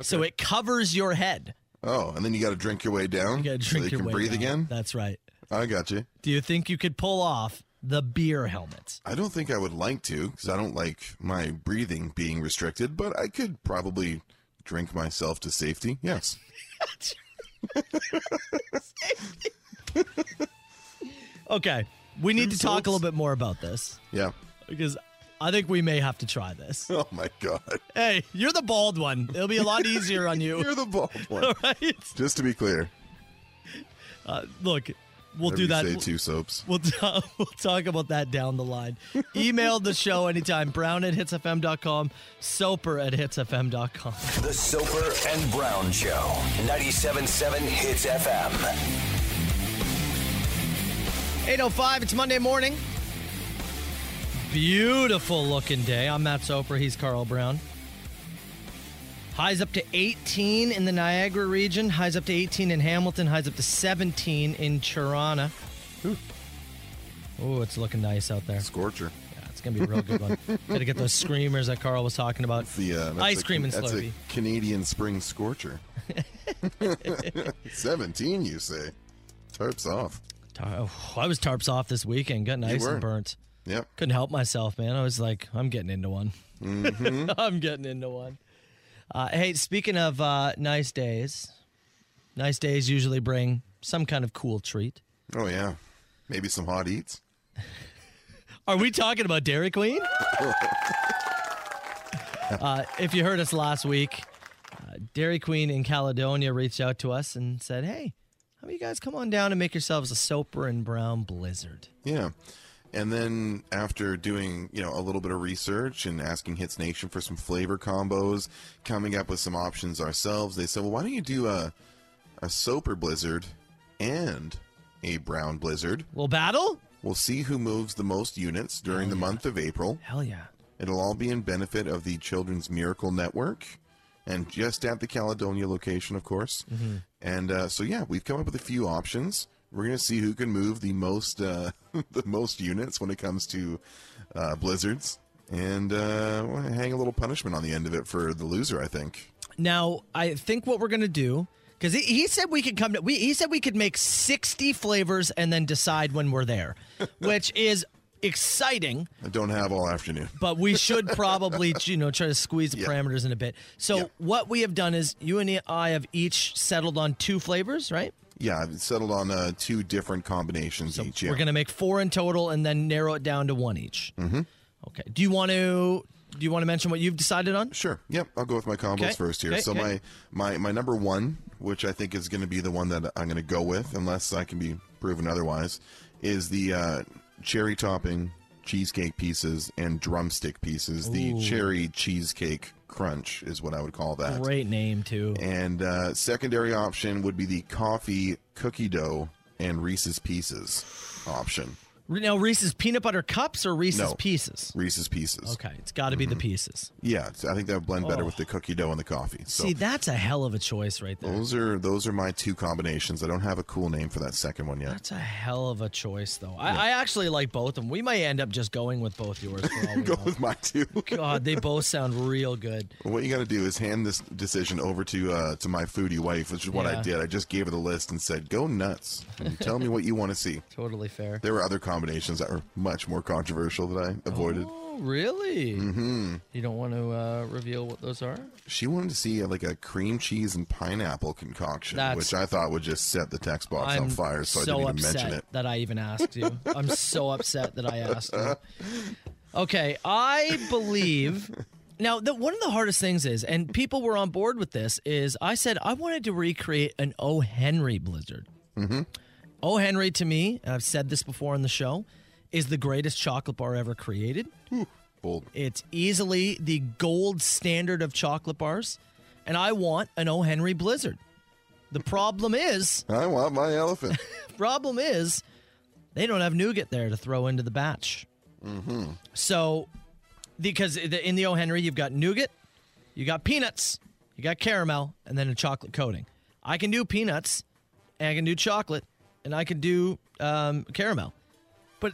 Speaker 3: so it covers your head.
Speaker 4: Oh, and then you got to drink your way down. You got to
Speaker 3: drink
Speaker 4: so you
Speaker 3: your
Speaker 4: can
Speaker 3: way
Speaker 4: breathe
Speaker 3: down.
Speaker 4: again.
Speaker 3: That's right.
Speaker 4: I got you.
Speaker 3: Do you think you could pull off the beer helmet?
Speaker 4: I don't think I would like to because I don't like my breathing being restricted, but I could probably drink myself to safety. Yes.
Speaker 3: Okay, we need to talk a little bit more about this
Speaker 4: Yeah.
Speaker 3: because I think we may have to try this.
Speaker 4: Oh my god.
Speaker 3: Hey, you're the bald one. It'll be a lot easier on you.
Speaker 4: You're the bald one.
Speaker 3: All right.
Speaker 4: Just to be clear,
Speaker 3: Uh, look, we'll
Speaker 4: whenever
Speaker 3: do
Speaker 4: you
Speaker 3: that.
Speaker 4: Say two soaps.
Speaker 3: We'll, ta- we'll talk about that down the line. Email the show anytime. Brown at hitsfm.com, soper at hitsfm.com.
Speaker 1: The Soper and Brown Show. 97.7 Hits FM.
Speaker 3: 805, it's Monday morning. Beautiful looking day. I'm Matt Soper. He's Carl Brown. Highs up to 18 in the Niagara region, highs up to 18 in Hamilton, highs up to 17 in Toronto. Oh, it's looking nice out there.
Speaker 4: Scorcher.
Speaker 3: Yeah, it's going to be a real good one. Got to get those screamers that Carl was talking about.
Speaker 4: The uh, that's
Speaker 3: Ice
Speaker 4: a-
Speaker 3: cream and
Speaker 4: that's
Speaker 3: Slurpee.
Speaker 4: a Canadian spring scorcher. Seventeen, you say? Tarps off.
Speaker 3: Tar- oh, I was tarps off this weekend, got nice
Speaker 4: were.
Speaker 3: and burnt.
Speaker 4: Yep.
Speaker 3: Couldn't help myself, man. I was like, I'm getting into one.
Speaker 4: Mhm.
Speaker 3: I'm getting into one. Uh, hey, speaking of uh, nice days, nice days usually bring some kind of cool treat.
Speaker 4: Oh yeah. Maybe some hot eats.
Speaker 3: Are we talking about Dairy Queen? Uh, if you heard us last week, uh, Dairy Queen in Caledonia reached out to us and said, "Hey, how about you guys come on down and make yourselves a Soper and Brown Blizzard?"
Speaker 4: Yeah. And then after doing, you know, a little bit of research and asking Hits Nation for some flavor combos, coming up with some options ourselves, they said, "Well, why don't you do a a soper blizzard and a brown blizzard?
Speaker 3: We'll battle.
Speaker 4: We'll see who moves the most units during the month of April.
Speaker 3: Hell yeah.
Speaker 4: It'll all be in benefit of the Children's Miracle Network and just at the Caledonia location, of course.
Speaker 3: Mm-hmm.
Speaker 2: Mhm.
Speaker 4: And uh, so, yeah, we've come up with a few options. We're going to see who can move the most uh, the most units when it comes to uh, blizzards. And uh, we'll hang a little punishment on the end of it for the loser, I think.
Speaker 3: Now, I think what we're gonna do because he, he said we could come to we he said we could make sixty flavors and then decide when we're there, which is exciting.
Speaker 4: I don't have all afternoon.
Speaker 3: But we should probably you know try to squeeze the parameters in a bit. So what we have done is you and I have each settled on two flavors, right?
Speaker 4: Yeah, I've settled on uh, two different combinations each. Yeah.
Speaker 3: We're gonna make four in total and then narrow it down to one each.
Speaker 4: Mm-hmm.
Speaker 3: Okay. Do you want to do you want to mention what you've decided on?
Speaker 4: Sure. Yep. I'll go with my combos
Speaker 3: Okay,
Speaker 4: first here.
Speaker 3: okay,
Speaker 4: so
Speaker 3: okay.
Speaker 4: my my my number one, which I think is going to be the one that I'm going to go with, unless I can be proven otherwise, is the uh, cherry topping cheesecake pieces and drumstick pieces.
Speaker 3: Ooh.
Speaker 4: The cherry cheesecake crunch is what I would call that.
Speaker 3: Great name too.
Speaker 4: And uh, secondary option would be the coffee cookie dough and Reese's pieces option.
Speaker 3: Now Reese's peanut butter cups or Reese's
Speaker 4: No.
Speaker 3: pieces?
Speaker 4: Reese's pieces.
Speaker 3: Okay, it's got to be the
Speaker 4: Mm-hmm.
Speaker 3: pieces.
Speaker 4: Yeah, so I think that would blend better
Speaker 3: Oh.
Speaker 4: with the cookie dough and the coffee. So
Speaker 3: See, that's a hell of a choice right there.
Speaker 4: Those are those are my two combinations. I don't have a cool name for that second one yet.
Speaker 3: That's a hell of a choice, though. I, I actually like both of them. We might end up just going with both yours. For all we
Speaker 4: Go
Speaker 3: know.
Speaker 4: with my two.
Speaker 3: God, they both sound real good.
Speaker 4: What you got to do is hand this decision over to uh, to my foodie wife, which is what
Speaker 3: Yeah.
Speaker 4: I did. I just gave her the list and said, "Go nuts and tell me what you want to see."
Speaker 3: Totally fair.
Speaker 4: There were other combinations that were much more controversial that I avoided.
Speaker 3: Oh, really?
Speaker 4: hmm
Speaker 3: You don't want to uh, reveal what those are?
Speaker 4: She wanted to see uh, like a cream cheese and pineapple concoction,
Speaker 3: That's-
Speaker 4: which I thought would just set the text box
Speaker 3: I'm
Speaker 4: on fire. So, I didn't even
Speaker 3: upset
Speaker 4: mention it.
Speaker 3: that I even asked you. I'm so upset that I asked you. Okay, I believe. Now, the, one of the hardest things is, and people were on board with this, is I said I wanted to recreate an O. Henry Blizzard.
Speaker 2: Mm-hmm.
Speaker 3: O. Henry to me, and I've said this before on the show, is the greatest chocolate bar ever created.
Speaker 4: Bold.
Speaker 3: It's easily the gold standard of chocolate bars, and I want an O. Henry Blizzard. The problem is,
Speaker 4: I want my elephant.
Speaker 3: problem is, they don't have nougat there to throw into the batch.
Speaker 4: Mm-hmm.
Speaker 3: So, because the- in the O. Henry, you've got nougat, you got peanuts, you got caramel, and then a chocolate coating. I can do peanuts, and I can do chocolate, and I can do um, caramel. But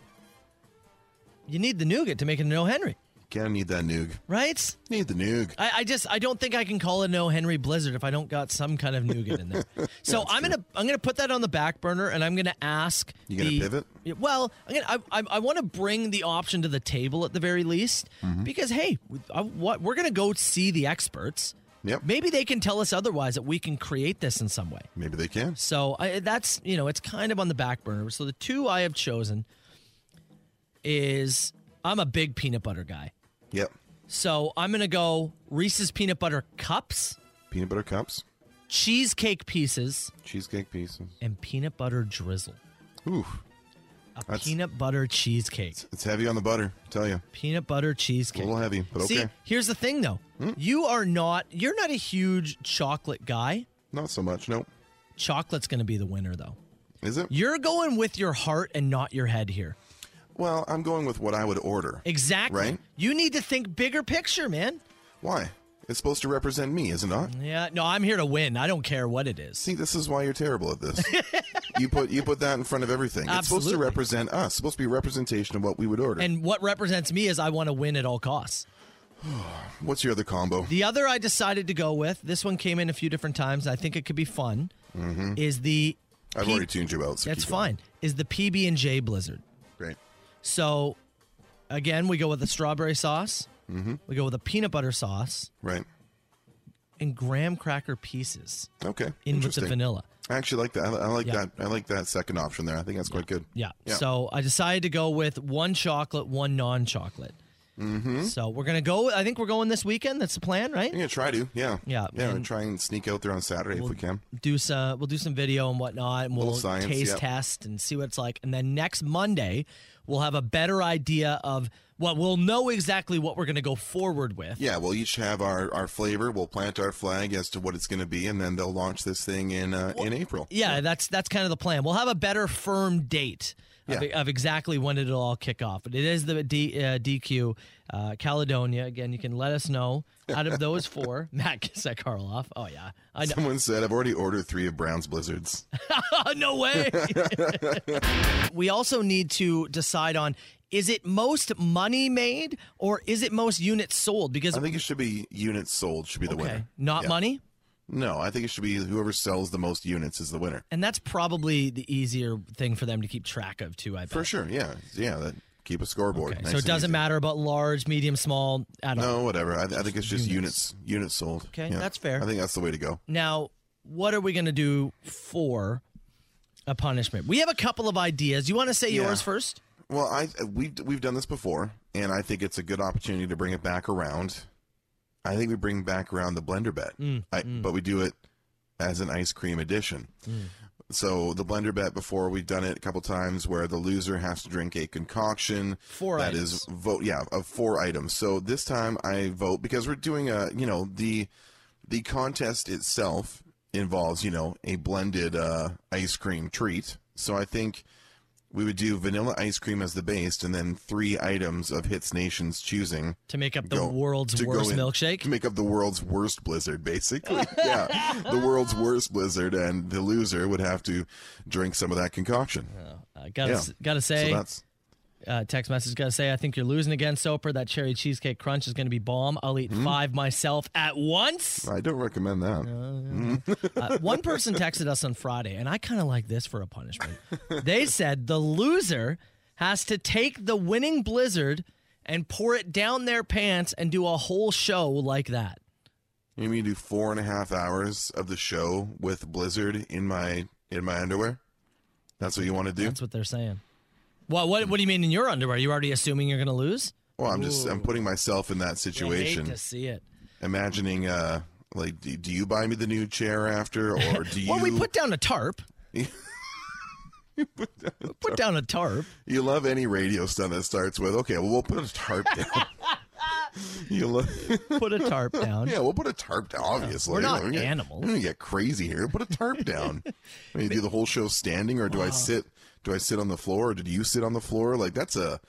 Speaker 3: you need the nougat to make it an O. Henry,
Speaker 4: Gotta need that noog.
Speaker 3: right?
Speaker 4: Need the noog.
Speaker 3: I, I just I don't think I can call it an O. Henry Blizzard if I don't got some kind of nougat in there. So I'm gonna I'm gonna put that on the back burner and I'm gonna ask.
Speaker 4: You gonna
Speaker 3: the-
Speaker 4: pivot?
Speaker 3: Yeah, Well, I'm gonna, I I, I want to bring the option to the table at the very least
Speaker 4: Mm-hmm.
Speaker 3: because hey, I, what we're gonna go see the experts.
Speaker 4: Yep.
Speaker 3: Maybe they can tell us otherwise that we can create this in some way.
Speaker 4: Maybe they can.
Speaker 3: So I, that's you know it's kind of on the back burner. So the two I have chosen is I'm a big peanut butter guy.
Speaker 4: Yep.
Speaker 3: So I'm gonna go Reese's peanut butter cups,
Speaker 4: Peanut butter cups,
Speaker 3: cheesecake pieces,
Speaker 4: cheesecake pieces.
Speaker 3: and peanut butter drizzle.
Speaker 4: Ooh.
Speaker 3: A peanut butter cheesecake.
Speaker 4: It's heavy on the butter, I tell you.
Speaker 3: Peanut butter cheesecake.
Speaker 4: A little heavy, but
Speaker 3: See,
Speaker 4: okay. Hmm?
Speaker 3: here's the thing though. You are not you're not a huge chocolate guy.
Speaker 4: Not so much, nope.
Speaker 3: Chocolate's gonna be the winner though.
Speaker 4: Is it?
Speaker 3: You're going with your heart and not your head here.
Speaker 4: Well, I'm going with what I would order.
Speaker 3: Exactly.
Speaker 4: Right?
Speaker 3: You need to think bigger picture, man.
Speaker 4: Why? It's supposed to represent me, is it not?
Speaker 3: Yeah, no, I'm here to win. I don't care what it is.
Speaker 4: See, this is why you're terrible at this. you put you put that in front of everything. It's supposed to
Speaker 3: Absolutely.
Speaker 4: represent us. It's supposed to be a representation of what we would order.
Speaker 3: And what represents me is I want to win at all costs.
Speaker 4: What's your other combo?
Speaker 3: The other I decided to go with, this one came in a few different times. I think it could be fun.
Speaker 4: Mhm.
Speaker 3: Is the
Speaker 4: I've
Speaker 3: P-
Speaker 4: already tuned you out. So
Speaker 3: that's
Speaker 4: keep going.
Speaker 3: fine. Is the PB and J Blizzard?
Speaker 4: Great.
Speaker 3: So again, we go with the strawberry sauce.
Speaker 4: Mhm.
Speaker 3: We go with a peanut butter sauce
Speaker 4: Right.
Speaker 3: and graham cracker pieces.
Speaker 4: Okay.
Speaker 3: In with the
Speaker 4: Interesting.
Speaker 3: vanilla.
Speaker 4: I actually like that. I, I like
Speaker 3: Yeah.
Speaker 4: that. I like that second option there. I think that's quite good.
Speaker 3: Yeah.
Speaker 4: Yeah.
Speaker 3: So I decided to go with one chocolate, one non-chocolate.
Speaker 4: Mm-hmm.
Speaker 3: So we're gonna go. I think we're going this weekend. That's the plan, right?
Speaker 4: Yeah, try to. Yeah.
Speaker 3: Yeah.
Speaker 4: Yeah.
Speaker 3: and
Speaker 4: And try and sneak out there on Saturday if we can.
Speaker 3: do some. We'll do some video and whatnot, and we'll
Speaker 4: Little science,
Speaker 3: taste
Speaker 4: yep.
Speaker 3: test and see what it's like. And then next Monday, we'll have a better idea of what we'll know exactly what we're gonna go forward with.
Speaker 4: Yeah, we'll each have our, our flavor. We'll plant our flag as to what it's going to be, and then they'll launch this thing in uh, in April.
Speaker 3: Yeah, that's that's kind of the plan. We'll have a better firm date of, of exactly when it'll all kick off. But it is the D, uh, DQ uh, Caledonia. Again, you can let us know out of those four. Matt Kisek Karloff. Oh yeah, I know.
Speaker 4: Someone said I've already ordered three of Brown's blizzards.
Speaker 3: no way. we also need to decide on is it most money made or is it most units sold? Because
Speaker 4: I think it should be units sold should be the winner.
Speaker 3: not
Speaker 4: Yeah.
Speaker 3: money.
Speaker 4: No, I think it should be whoever sells the most units is the winner.
Speaker 3: And that's probably the easier thing for them to keep track of too. I bet.
Speaker 4: For sure. Yeah. Yeah. That, keep a scoreboard. Nice
Speaker 3: so it
Speaker 4: and
Speaker 3: doesn't matter about large, medium, small at
Speaker 4: easy.
Speaker 3: all.
Speaker 4: No, whatever. I, I think it's just units. Units, sold.
Speaker 3: Okay, that's fair.
Speaker 4: I think that's the way to go.
Speaker 3: Now, what are we going to do for a punishment? We have a couple of ideas. You want to say yours
Speaker 4: Yeah.
Speaker 3: first?
Speaker 4: Well, I we've we've done this before, and I think it's a good opportunity to bring it back around. I think we bring back around the blender bet,
Speaker 13: Mm,
Speaker 4: I, but we do it as an ice cream edition. So the blender bet before we've done it a couple times where the loser has to drink a concoction
Speaker 3: Four
Speaker 4: that
Speaker 3: items.
Speaker 4: is vote yeah of four items. So this time I vote because we're doing a you know the the contest itself involves you know a blended uh, ice cream treat. So I think we would do vanilla ice cream as the base and then three items of Hits Nation's choosing
Speaker 3: To make up the
Speaker 4: go-
Speaker 3: world's
Speaker 4: to go
Speaker 3: worst
Speaker 4: in-
Speaker 3: milkshake?
Speaker 4: To make up the world's worst blizzard, basically. yeah. The world's worst blizzard, and the loser would have to drink some of that concoction.
Speaker 3: I Uh, gotta,
Speaker 4: Yeah.
Speaker 3: s- gotta
Speaker 4: So
Speaker 3: say,
Speaker 4: that's-
Speaker 3: uh, text message gotta say, I think you're losing again, Soper. That cherry cheesecake crunch is gonna be bomb. I'll eat five myself at once.
Speaker 4: I don't recommend that.
Speaker 3: Uh, one person texted us on Friday, and I kind of like this for a punishment. They said the loser has to take the winning blizzard and pour it down their pants and do a whole show like that.
Speaker 4: You mean do four and a half hours of the show with blizzard in my in my underwear? That's what you want to do?
Speaker 3: That's what they're saying. What, what What do you mean in your underwear? You're already assuming you're going to lose?
Speaker 4: Well, I'm just I'm
Speaker 3: Ooh.
Speaker 4: putting myself in that
Speaker 3: I hate
Speaker 4: situation.
Speaker 3: to see it.
Speaker 4: Imagining uh like do, do you buy me the new chair after or do you
Speaker 3: Well, we put down a tarp. put down a tarp.
Speaker 4: You love any radio stuff that starts with, okay, well, we'll put a tarp down. you love
Speaker 3: put a tarp down.
Speaker 4: Yeah, we'll put a tarp down. Obviously,
Speaker 3: we're not
Speaker 4: We're gonna-
Speaker 3: animals.
Speaker 4: We're gonna get crazy here. Put a tarp down. I mean, do the whole show standing, or do I sit? Do I sit on the floor, or did you sit on the floor? Like that's a.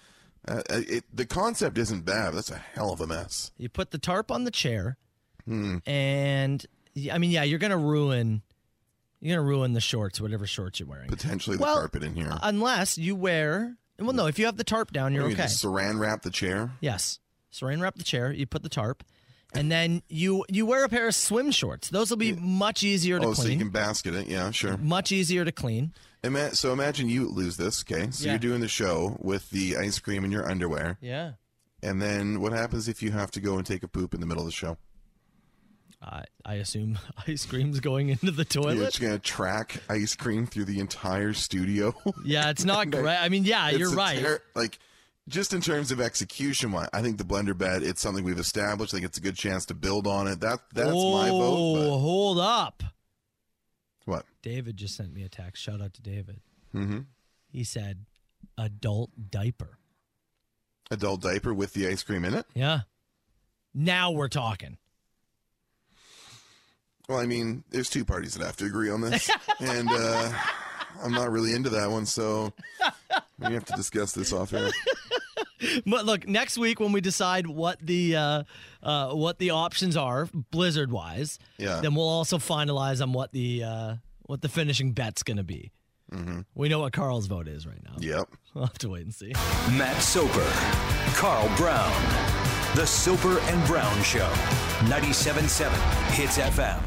Speaker 4: Uh, it, the concept isn't bad. but That's a hell of a mess.
Speaker 3: You put the tarp on the chair,
Speaker 4: Hmm.
Speaker 3: and y- I mean, yeah, you're going to ruin. You're gonna ruin the shorts, whatever shorts you're wearing.
Speaker 4: Potentially the
Speaker 3: Well,
Speaker 4: carpet in here.
Speaker 3: Unless you wear, well, no, if you have the tarp down, you're
Speaker 4: What do you mean,
Speaker 3: okay.
Speaker 4: just Saran wrap the chair.
Speaker 3: Yes, saran wrap the chair. You put the tarp, and then you you wear a pair of swim shorts. Those will be much easier to
Speaker 4: Oh, so you
Speaker 3: clean. Mm-hmm.
Speaker 4: can basket it. Yeah, sure.
Speaker 3: Much easier to clean.
Speaker 4: Ima- so imagine you lose this. Okay, so
Speaker 3: Yeah.
Speaker 4: you're doing the show with the ice cream in your underwear.
Speaker 3: Yeah.
Speaker 4: And then what happens if you have to go and take a poop in the middle of the show?
Speaker 3: I I assume ice cream's going into the toilet.
Speaker 4: You're just gonna track ice cream through the entire studio.
Speaker 3: Yeah, it's not
Speaker 4: Like,
Speaker 3: great. I mean, yeah,
Speaker 4: it's
Speaker 3: Uh, you're
Speaker 4: a
Speaker 3: right.
Speaker 4: ter- like, just in terms of execution, wise, I think the blender bet. It's something we've established. I think it's a good chance to build on it. That that's my vote.
Speaker 3: Oh, hold up.
Speaker 4: What?
Speaker 3: David just sent me a text. Shout out to David.
Speaker 4: hmm
Speaker 3: He said, "Adult diaper."
Speaker 4: Adult diaper with the ice cream in it.
Speaker 3: Yeah. Now we're talking.
Speaker 4: Well, I mean, there's two parties that have to agree on this, and uh, I'm not really into that one. So we have to discuss this off air.
Speaker 3: But look, next week when we decide what the uh, uh, what the options are Blizzard wise,
Speaker 4: Yeah.
Speaker 3: then we'll also finalize on what the uh, what the finishing bet's going to be.
Speaker 4: Mm-hmm.
Speaker 3: We know what Carl's vote is right now.
Speaker 4: Yep.
Speaker 3: We'll have to wait and see.
Speaker 1: Matt Soper, Carl Brown, The Soper and Brown Show, 97.7 Hits FM.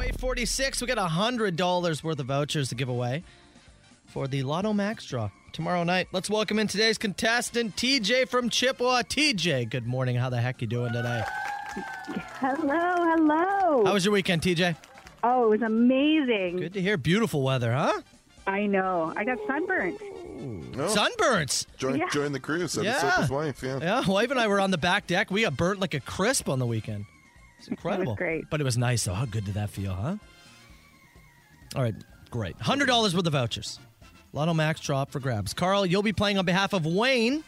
Speaker 3: 846, we got $100 worth of vouchers to give away for the Lotto Max draw tomorrow night. Let's welcome in today's contestant, TJ from Chippewa. TJ, good morning. How the heck you doing today?
Speaker 14: Hello, hello.
Speaker 3: How was your weekend, TJ?
Speaker 14: Oh, it was amazing.
Speaker 3: Good to hear. Beautiful weather, huh?
Speaker 14: I know. I got sunburnt.
Speaker 3: Sunburns.
Speaker 4: Join,
Speaker 3: Yeah.
Speaker 4: join the crew, said
Speaker 3: Yeah.
Speaker 4: the Soper's wife. Yeah.
Speaker 3: Yeah, wife and I were on the back deck. We got burnt like a crisp on the weekend. It's incredible.
Speaker 14: great.
Speaker 3: But it was nice though. How good did that feel, huh? All right, great. Hundred dollars worth of vouchers. Lotto Max draw up for grabs. Carl, you'll be playing on behalf of Wayne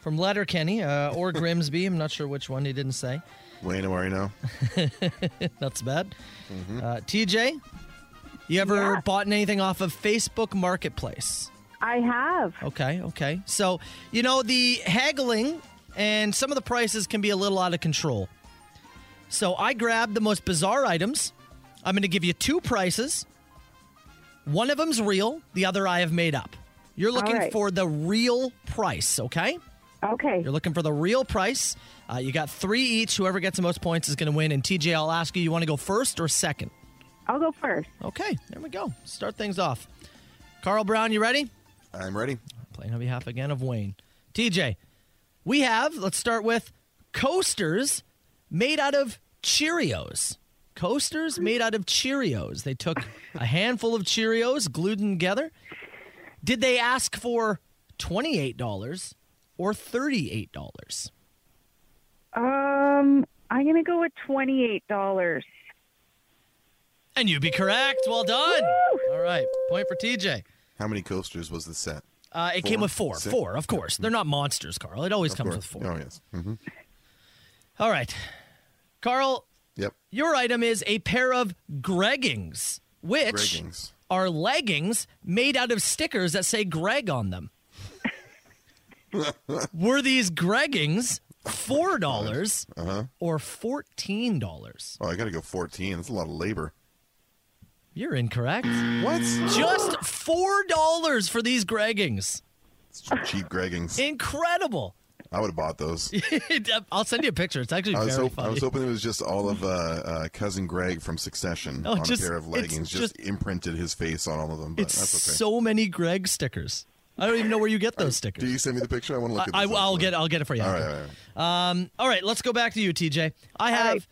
Speaker 3: from Letterkenny uh, or Grimsby. I'm not sure which one. He didn't say.
Speaker 4: Wayne Marino.
Speaker 3: That's bad. Uh, TJ, you ever bought anything off of Facebook Marketplace?
Speaker 14: I have.
Speaker 3: Okay, okay. So, you know, the haggling and some of the prices can be a little out of control. So, I grabbed the most bizarre items. I'm going to give you two prices. One of them's real, the other I have made up. You're
Speaker 14: All
Speaker 3: looking
Speaker 14: right.
Speaker 3: for the real price, okay?
Speaker 14: Okay.
Speaker 3: You're looking for the real price. Uh, you got three each. Whoever gets the most points is going to win. And TJ, I'll ask you, you want to go first or second?
Speaker 14: I'll go first.
Speaker 3: Okay, there we go. Start things off. Carl Brown, you ready?
Speaker 4: I'm ready.
Speaker 3: Playing on behalf again of Wayne. TJ, we have, let's start with coasters made out of Cheerios. Coasters made out of Cheerios. They took a handful of Cheerios, glued them together. Did they ask for $28 or $38?
Speaker 14: Um, I'm going to go with $28.
Speaker 3: And you'd be correct. Well done. All right, point for TJ.
Speaker 4: How many coasters was the set?
Speaker 3: Uh, it came with four.
Speaker 4: Six?
Speaker 3: Four, of course. They're not monsters, Carl. It always
Speaker 4: Of
Speaker 3: comes
Speaker 4: course.
Speaker 3: with four.
Speaker 4: Oh, yes. hmm
Speaker 3: All right. Carl,
Speaker 4: Yep.
Speaker 3: your item is a pair of Greggings, which
Speaker 4: Greggings.
Speaker 3: are leggings made out of stickers that say Greg on them. Were these Greggings $4
Speaker 4: Uh-huh.
Speaker 3: or $14?
Speaker 4: Oh, I got to go 14. That's a lot of labor.
Speaker 3: You're incorrect.
Speaker 4: What?
Speaker 3: Just $4 for these Greggings.
Speaker 4: Cheap Greggings.
Speaker 3: Incredible.
Speaker 4: I would have bought those.
Speaker 3: I'll send you a picture. It's actually
Speaker 4: I was,
Speaker 3: very
Speaker 4: hope-
Speaker 3: funny.
Speaker 4: I was hoping it was just all of uh, uh, cousin Greg from Succession
Speaker 3: No,
Speaker 4: on
Speaker 3: Oh, just-
Speaker 4: a pair of
Speaker 3: it's
Speaker 4: leggings, just, imprinted his face on all of them. But
Speaker 3: it's
Speaker 4: that's okay.
Speaker 3: so many Greg stickers. I don't even know where you get those stickers.
Speaker 4: Do you send me the picture? I want to look
Speaker 3: I,
Speaker 4: at. This
Speaker 3: will
Speaker 4: actually.
Speaker 3: get. I'll get it for you.
Speaker 4: All
Speaker 3: after.
Speaker 4: right, all right.
Speaker 3: Um, all right, let's go back to you, TJ. I have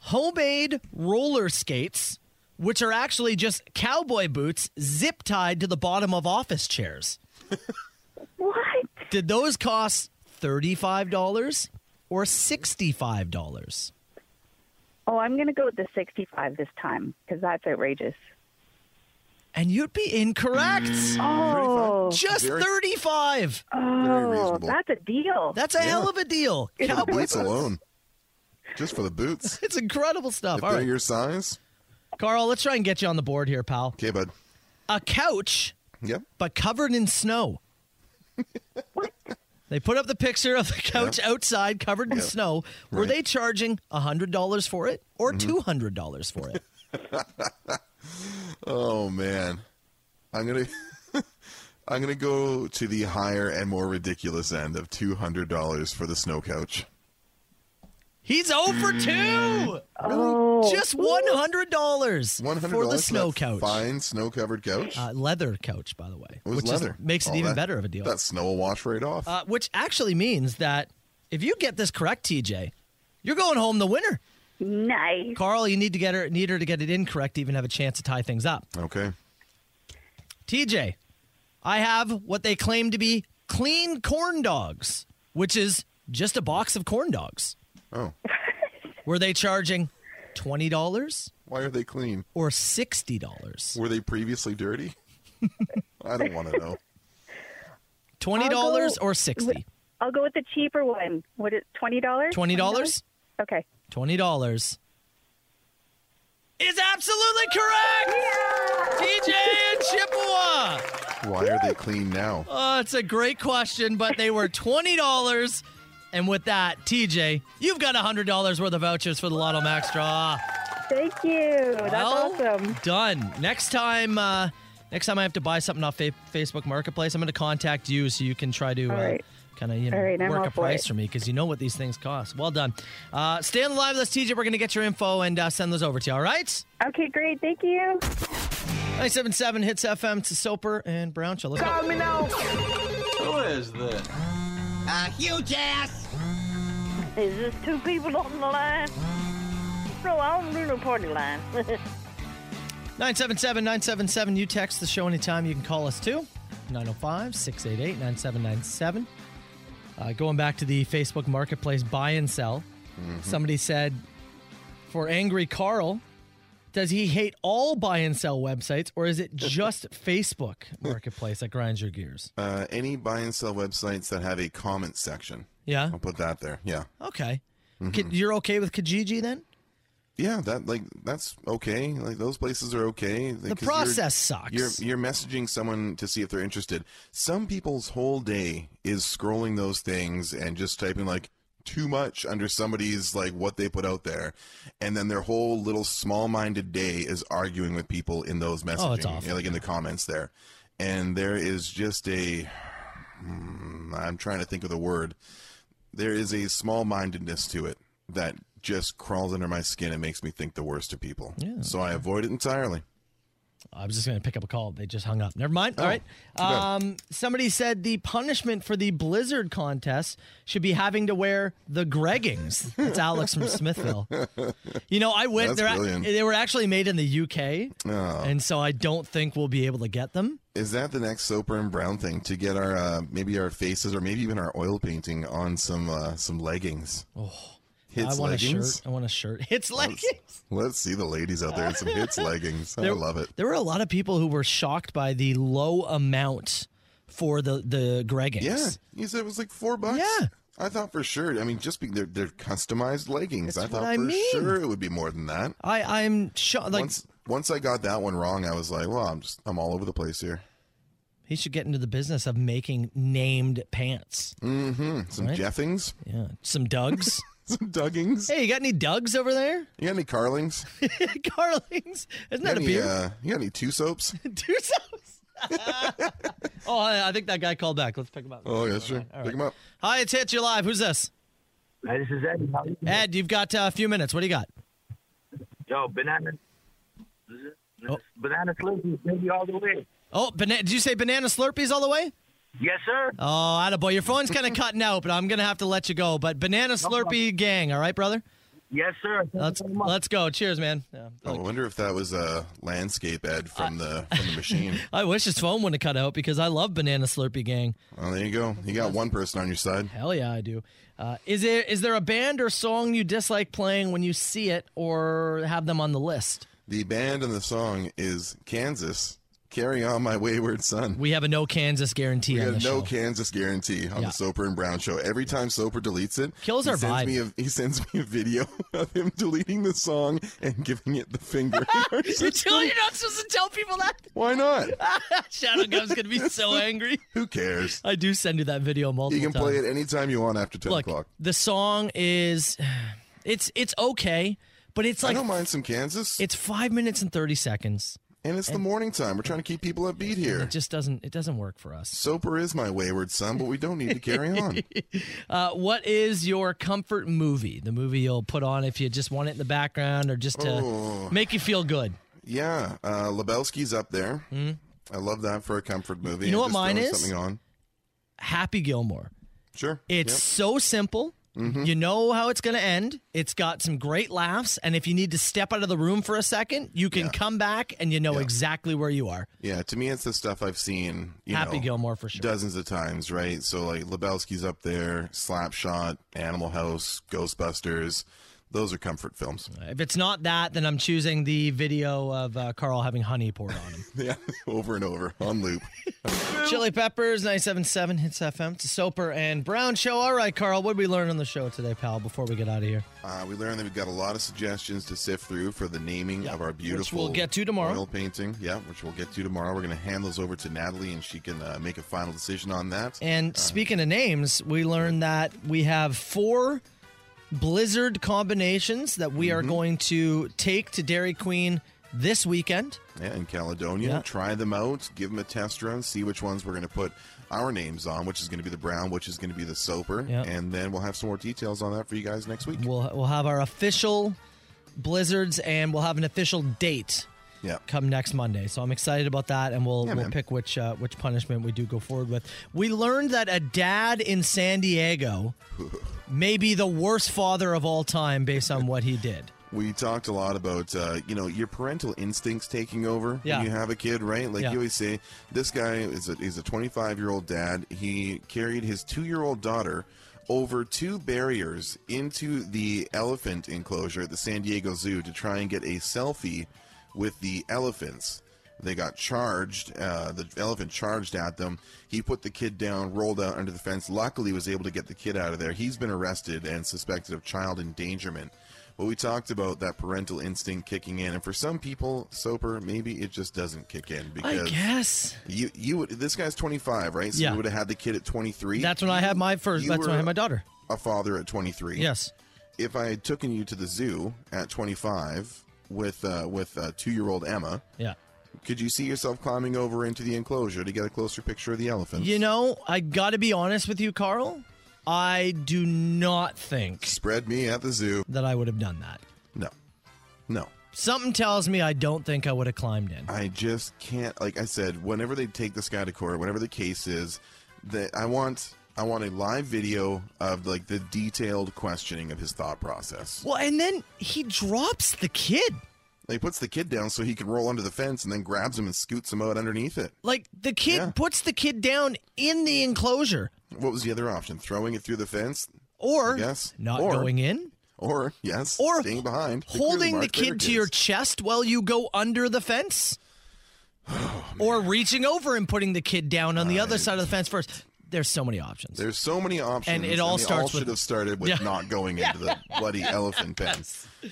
Speaker 3: homemade roller skates, which are actually just cowboy boots zip tied to the bottom of office chairs.
Speaker 14: what?
Speaker 3: Did those cost $35 or $65?
Speaker 14: Oh, I'm going to go with the 65 this time because that's outrageous.
Speaker 3: And you'd be incorrect.
Speaker 14: Oh,
Speaker 3: Just
Speaker 14: Very-
Speaker 3: 35.
Speaker 14: Oh, that's a deal.
Speaker 3: That's a hell of a deal.
Speaker 4: For the
Speaker 3: Cowboy
Speaker 4: boots alone. Just for the boots.
Speaker 3: It's incredible stuff.
Speaker 4: If
Speaker 3: All
Speaker 4: they're
Speaker 3: right.
Speaker 4: your size.
Speaker 3: Carl, let's try and get you on the board here, pal.
Speaker 4: Okay, bud.
Speaker 3: A couch
Speaker 4: Yep.
Speaker 3: but covered in snow. They put up the picture of the couch outside covered in
Speaker 4: Yeah.
Speaker 3: snow. Were
Speaker 4: Right. Mm-hmm.
Speaker 3: they charging $100 for it or $200 for it?
Speaker 4: Oh man, I'm gonna. I'm gonna go to the higher and more ridiculous end of two hundred dollars for the snow couch.
Speaker 3: He's 0 for 2.
Speaker 14: Oh.
Speaker 3: Just $100
Speaker 4: One hundred
Speaker 3: for the snow couch.
Speaker 4: fine snow-covered couch.
Speaker 3: Uh, leather couch, by the way.
Speaker 4: it was
Speaker 3: which is-
Speaker 4: leather.
Speaker 3: makes it
Speaker 4: Oh,
Speaker 3: even
Speaker 4: that-
Speaker 3: better of a deal.
Speaker 4: That snow will wash right off.
Speaker 3: Uh, which actually means that if you get this correct, TJ, you're going home the winner.
Speaker 14: nice.
Speaker 3: Carl, you need to get her need her to get it incorrect to even have a chance to tie things up.
Speaker 4: okay.
Speaker 3: TJ, I have what they claim to be clean corn dogs, which is just a box of corn dogs.
Speaker 4: Oh,
Speaker 3: Were they charging $20
Speaker 4: why are they clean?
Speaker 3: or $60?
Speaker 4: Were they previously dirty? I don't want to know.
Speaker 3: $20
Speaker 14: I'll go
Speaker 3: or 60
Speaker 14: I'll go with the cheaper one. What is $20?
Speaker 3: $20?
Speaker 14: Okay.
Speaker 3: $20 is absolutely correct! TJ and Chippewa!
Speaker 4: Why are they clean now?
Speaker 3: Oh, it's a great question, but they were twenty dollars. And with that, TJ, you've got hundred dollars worth of vouchers for the Lotto Max draw.
Speaker 14: Thank you. That's
Speaker 3: Well
Speaker 14: awesome.
Speaker 3: Done. Next time, uh, next time I have to buy something off fa- Facebook Marketplace, I'm going to contact you so you can try to uh,
Speaker 14: All right.
Speaker 3: kind of you know
Speaker 14: All right, I'm
Speaker 3: work
Speaker 14: all
Speaker 3: a
Speaker 14: for
Speaker 3: price
Speaker 14: it.
Speaker 3: for me because you know what these things cost. Well done. Uh, stay on the line with us, TJ. We're going to get your info and uh, send those over to you. All right.
Speaker 14: Okay, great. Thank you.
Speaker 3: 977 hits FM. It's a Soper and Brown Show. Let's go.
Speaker 6: me now.
Speaker 12: Who is this?
Speaker 6: A huge ass.
Speaker 7: Is this two people on the line? No, Oh, I don't do no party line.
Speaker 3: 977 977. You text the show anytime. You can call us too. 905 688 9797. Uh, Going back to the Facebook Marketplace buy and sell,
Speaker 4: Mm-hmm.
Speaker 13: Mhm.
Speaker 3: somebody said, for Angry Carl, does he hate all buy and sell websites or is it just Facebook Marketplace that grinds your gears?
Speaker 4: Uh, any buy and sell websites that have a comment section.
Speaker 3: Yeah.
Speaker 4: I'll put that there. Yeah.
Speaker 3: Okay.
Speaker 4: Mhm.
Speaker 3: Ki- You're okay with Kijiji then?
Speaker 4: Yeah, that like that's okay. Like those places are okay. Like, 'cause you're-
Speaker 3: process sucks.
Speaker 4: You're you're messaging someone to see if they're interested. Some people's whole day is scrolling those things and just typing like too much under somebody's like what they put out there, and then their whole little small-minded day is arguing with people in those messaging,
Speaker 3: Oh, it's awful,
Speaker 4: yeah, like in the comments there. And there is just a mm, I'm trying to think of the word. There is a small mindedness to it that just crawls under my skin and makes me think the worst of people.
Speaker 3: Yeah.
Speaker 4: So I avoid it entirely.
Speaker 3: I was just going to pick up a call. They just hung up. Never mind.
Speaker 4: Oh,
Speaker 3: All right.
Speaker 4: too bad.
Speaker 3: Um, somebody said the punishment for the Blizzard contest should be having to wear the Greggings. That's Alex from Smithville. You know, I went.
Speaker 4: That's
Speaker 3: They're, a-
Speaker 4: brilliant.
Speaker 3: they were actually made in the UK,
Speaker 4: Oh.
Speaker 3: and so I don't think we'll be able to get them.
Speaker 4: Is that the next Soper and Brown thing to get our uh, maybe our faces or maybe even our oil painting on some uh, some leggings?
Speaker 3: Oh,
Speaker 4: Hits
Speaker 3: I want
Speaker 4: leggings? Oh,
Speaker 3: a shirt. I want a shirt. Hits leggings.
Speaker 4: Let's see the ladies out there in some hits leggings. I
Speaker 3: There-
Speaker 4: love it.
Speaker 3: There were a lot of people who were shocked by the low amount for the the Greggings.
Speaker 4: Yeah, you said it was like four bucks. Yeah, I thought for sure. I mean, just be, they're, they're customized leggings. I thought
Speaker 3: what I
Speaker 4: for
Speaker 3: mean.
Speaker 4: sure it would be more than that.
Speaker 3: I I'm shocked. Like
Speaker 4: once once I got that one wrong, I was like, well, I'm just I'm all over the place here.
Speaker 3: He should get into the business of making named pants.
Speaker 4: Mm-hmm. Some Jeffings.
Speaker 3: Yeah. Some Dougs.
Speaker 4: Some Duggings.
Speaker 3: Hey, you got any Dougs over there?
Speaker 4: You got any Carlings?
Speaker 3: Carlings? Isn't that a
Speaker 4: any,
Speaker 3: beer?
Speaker 4: Uh, you got any two soaps?
Speaker 3: Two soaps. oh, I, I think that guy called back. Let's pick him up.
Speaker 4: Oh yeah, sure.
Speaker 3: All right.
Speaker 4: Pick them up.
Speaker 3: Hi, it's Hit. You're live. Who's this?
Speaker 15: this is Ed.
Speaker 3: Ed, you've got uh, a few minutes. What do you got?
Speaker 15: Yo, banana. Banana slippers, baby, all the way.
Speaker 3: Oh, bana- did you say banana Slurpees all the way?
Speaker 15: Yes, sir.
Speaker 3: Oh, attaboy. Your phone's kind of cutting out, but I'm going to have to let you go. But banana Slurpee gang, all right, brother?
Speaker 15: Yes, sir.
Speaker 3: Let's, let's go. Cheers, man. Yeah.
Speaker 4: Oh, I wonder if that was a landscape ad from the from the machine.
Speaker 3: I wish his phone wouldn't have cut out because I love banana Slurpee gang.
Speaker 4: well, there you go. You got one person on your side.
Speaker 3: Hell yeah, I do. Uh, is there is there a band or song you dislike playing when you see it or have them on the list?
Speaker 4: The band and the song is Kansas. Carry on, my wayward son.
Speaker 3: We have a no Kansas guarantee
Speaker 4: We
Speaker 3: on
Speaker 4: got
Speaker 3: the
Speaker 4: no
Speaker 3: show.
Speaker 4: Kansas guarantee on
Speaker 3: Yeah.
Speaker 4: the Soper and Brown show. Every time Soper deletes it,
Speaker 3: Kills
Speaker 4: he
Speaker 3: our
Speaker 4: sends
Speaker 3: vibe.
Speaker 4: Me a, he sends me a video of him deleting the song and giving it the finger.
Speaker 3: You tell- you're not supposed to tell people that.
Speaker 4: Why not?
Speaker 3: Shadow Gum's gonna be so angry.
Speaker 4: Who cares?
Speaker 3: I do send you that video multiple
Speaker 4: You
Speaker 3: times.
Speaker 4: can play it anytime you want after ten
Speaker 3: Look,
Speaker 4: o'clock.
Speaker 3: the song is, it's it's okay, but it's like
Speaker 4: I don't mind some Kansas.
Speaker 3: It's five minutes and thirty seconds,
Speaker 4: and it's the morning time. We're trying to keep people upbeat here.
Speaker 3: It just doesn't it doesn't work for us.
Speaker 4: Soper is my wayward son, but we don't need to carry on.
Speaker 3: Uh, what is your comfort movie? The movie you'll put on if you just want it in the background or just to
Speaker 4: Oh.
Speaker 3: make you feel good.
Speaker 4: Yeah, uh, Lebowski's up there. I love that for a comfort
Speaker 3: Hmm?
Speaker 4: movie.
Speaker 3: You know
Speaker 4: Just
Speaker 3: what mine
Speaker 4: throwing
Speaker 3: is?
Speaker 4: Something on.
Speaker 3: Happy Gilmore.
Speaker 4: Sure.
Speaker 3: It's
Speaker 4: Yep. Mm-hmm.
Speaker 3: so simple. You know how it's going to end. It's got some great laughs. And if you need to step out of the room for a second, you can come back and you know exactly where you are.
Speaker 4: Yeah, to me, it's the stuff I've seen. You
Speaker 3: Happy
Speaker 4: know,
Speaker 3: Gilmore for sure.
Speaker 4: Dozens of times, right? So like Lebowski's up there, Slapshot, Animal House, Ghostbusters. Those are comfort films.
Speaker 3: If it's not that, then I'm choosing the video of uh, Carl having honey poured on him.
Speaker 4: Yeah, over and over on loop.
Speaker 3: Chili Peppers, 977 Hits FM. It's a Soper and Brown show. All right, Carl, what did we learn on the show today, pal, before we get out of here?
Speaker 4: Uh, we learned that we've got a lot of suggestions to sift through for the naming of our beautiful
Speaker 3: we'll get to tomorrow.
Speaker 4: oil painting. Yeah, which we'll get to tomorrow. We're going to hand those over to Natalie, and she can uh, make a final decision on that.
Speaker 3: And speaking of names, we learned that we have four Blizzard combinations that we
Speaker 4: Mm-hmm.
Speaker 3: are going to take to Dairy Queen this weekend.
Speaker 4: Yeah, in Caledonia.
Speaker 3: Yeah.
Speaker 4: Try them out. Give them a test run. See which ones we're going to put our names on, which is going to be the brown, which is going to be the soper.
Speaker 3: Yeah.
Speaker 4: And then we'll have some more details on that for you guys next week.
Speaker 3: We'll we'll have our official Blizzards and we'll have an official date.
Speaker 4: Yeah.
Speaker 3: Come next Monday. So I'm excited about that and we'll
Speaker 4: Yeah,
Speaker 3: we'll
Speaker 4: man.
Speaker 3: pick which uh, which punishment we do go forward with. We learned that a dad in San Diego may be the worst father of all time based on what he did.
Speaker 4: we talked a lot about uh, you know your parental instincts taking over
Speaker 13: Yeah.
Speaker 4: when you have a kid, right? Like
Speaker 13: Yeah.
Speaker 4: you always say, this guy is a is a 25 year old dad. He carried his two year old daughter over two barriers into the elephant enclosure at the San Diego Zoo to try and get a selfie with the elephants. They got charged. Uh, the elephant charged at them. He put the kid down, rolled out under the fence. Luckily, was able to get the kid out of there. He's been arrested and suspected of child endangerment. But we talked about that parental instinct kicking in, and for some people, Soper, maybe it just doesn't kick in because
Speaker 3: guess.
Speaker 4: you you would- this guy's 25, right? So
Speaker 3: Yeah.
Speaker 4: you would have had the kid at 23.
Speaker 3: That's when I had my first.
Speaker 4: you
Speaker 3: That's when I
Speaker 4: were
Speaker 3: had my daughter.
Speaker 4: a father at 23.
Speaker 3: Yes.
Speaker 4: If I had taken you to the zoo at 25 with uh, with uh, two year old Emma,
Speaker 3: Yeah.
Speaker 4: could you see yourself climbing over into the enclosure to get a closer picture of the elephant?
Speaker 3: You know, I got to be honest with you, Carl. I do not think
Speaker 4: spread me at the zoo
Speaker 3: that I would have done that.
Speaker 4: No, no.
Speaker 3: Something tells me I don't think I would have climbed in.
Speaker 4: I just can't. Like I said, whenever they take this guy to court, whatever the case is, that I want, I want a live video of like the detailed questioning of his thought process.
Speaker 3: Well, and then he drops the kid.
Speaker 4: He puts the kid down so he can roll under the fence, and then grabs him and scoots him out underneath it.
Speaker 3: Like the kid puts the kid down in the enclosure.
Speaker 4: What was the other option? Throwing it through the fence?
Speaker 3: Or
Speaker 4: yes,
Speaker 3: not going in?
Speaker 4: Or yes, or staying behind, They clearly
Speaker 3: holding the
Speaker 4: marked litter
Speaker 3: kid to your
Speaker 4: kids.
Speaker 3: chest while you go under the fence or reaching over and putting the kid down on the other side of the fence first there's so many options
Speaker 4: There's so many options,
Speaker 3: And it all
Speaker 4: they
Speaker 3: starts with-
Speaker 4: should have started with
Speaker 3: Yeah.
Speaker 4: not going into the
Speaker 3: Yeah.
Speaker 4: bloody elephant pen.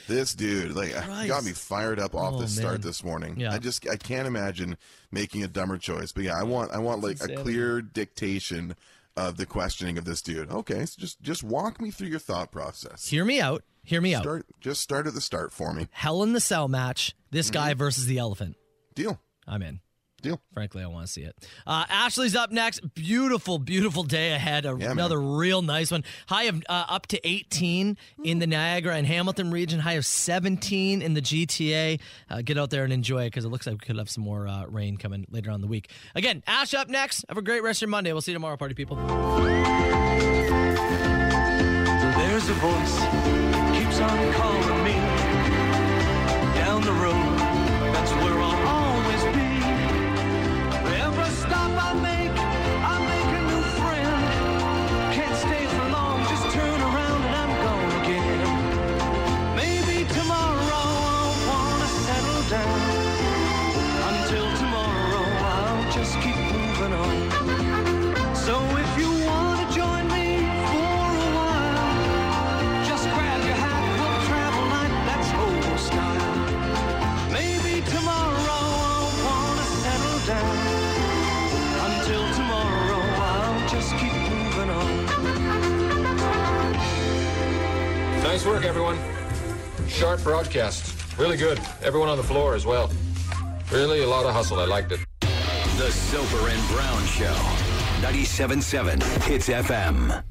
Speaker 4: This dude, like, uh, got
Speaker 3: Christ.
Speaker 4: me fired up off
Speaker 3: Oh,
Speaker 4: the
Speaker 3: man.
Speaker 4: start this morning.
Speaker 3: Yeah.
Speaker 4: I just, I can't imagine making a dumber choice. But yeah, I want, I want like
Speaker 3: That's
Speaker 4: a
Speaker 3: insanity.
Speaker 4: clear dictation of the questioning of this dude. Okay, so just, just walk me through your thought process.
Speaker 3: hear me out hear me out
Speaker 4: Start, just start at the start for me.
Speaker 3: hell in the cell match this guy versus the elephant
Speaker 4: deal
Speaker 3: i'm in
Speaker 4: deal
Speaker 3: frankly i want to see it uh, ashley's up next beautiful beautiful day ahead A-
Speaker 13: man.
Speaker 3: another real nice one high of uh, up to 18 in the niagara and hamilton region high of 17 in the gta uh, get out there and enjoy it because it looks like we could have some more uh, rain coming later on in the week again ash up next have a great rest of your monday we'll see you tomorrow party people
Speaker 13: There's a voice that keeps on calling me down the road. That's where I'll always be. Every stop I make, I make a new friend. Can't stay for long, just turn around and I'm gone again. Maybe tomorrow I'll wanna settle down. Until tomorrow, I'll just keep moving on. So if you wanna join me for a while. Just grab your hat, we'll travel like that's old style. Maybe tomorrow I'll wanna settle down. Until tomorrow, I'll just keep moving on.
Speaker 16: Nice work, everyone. Sharp broadcast. Really good. Everyone on the floor as well. Really a lot of hustle. I liked it.
Speaker 1: The Soper and Brown Show, 97.7 Hits FM.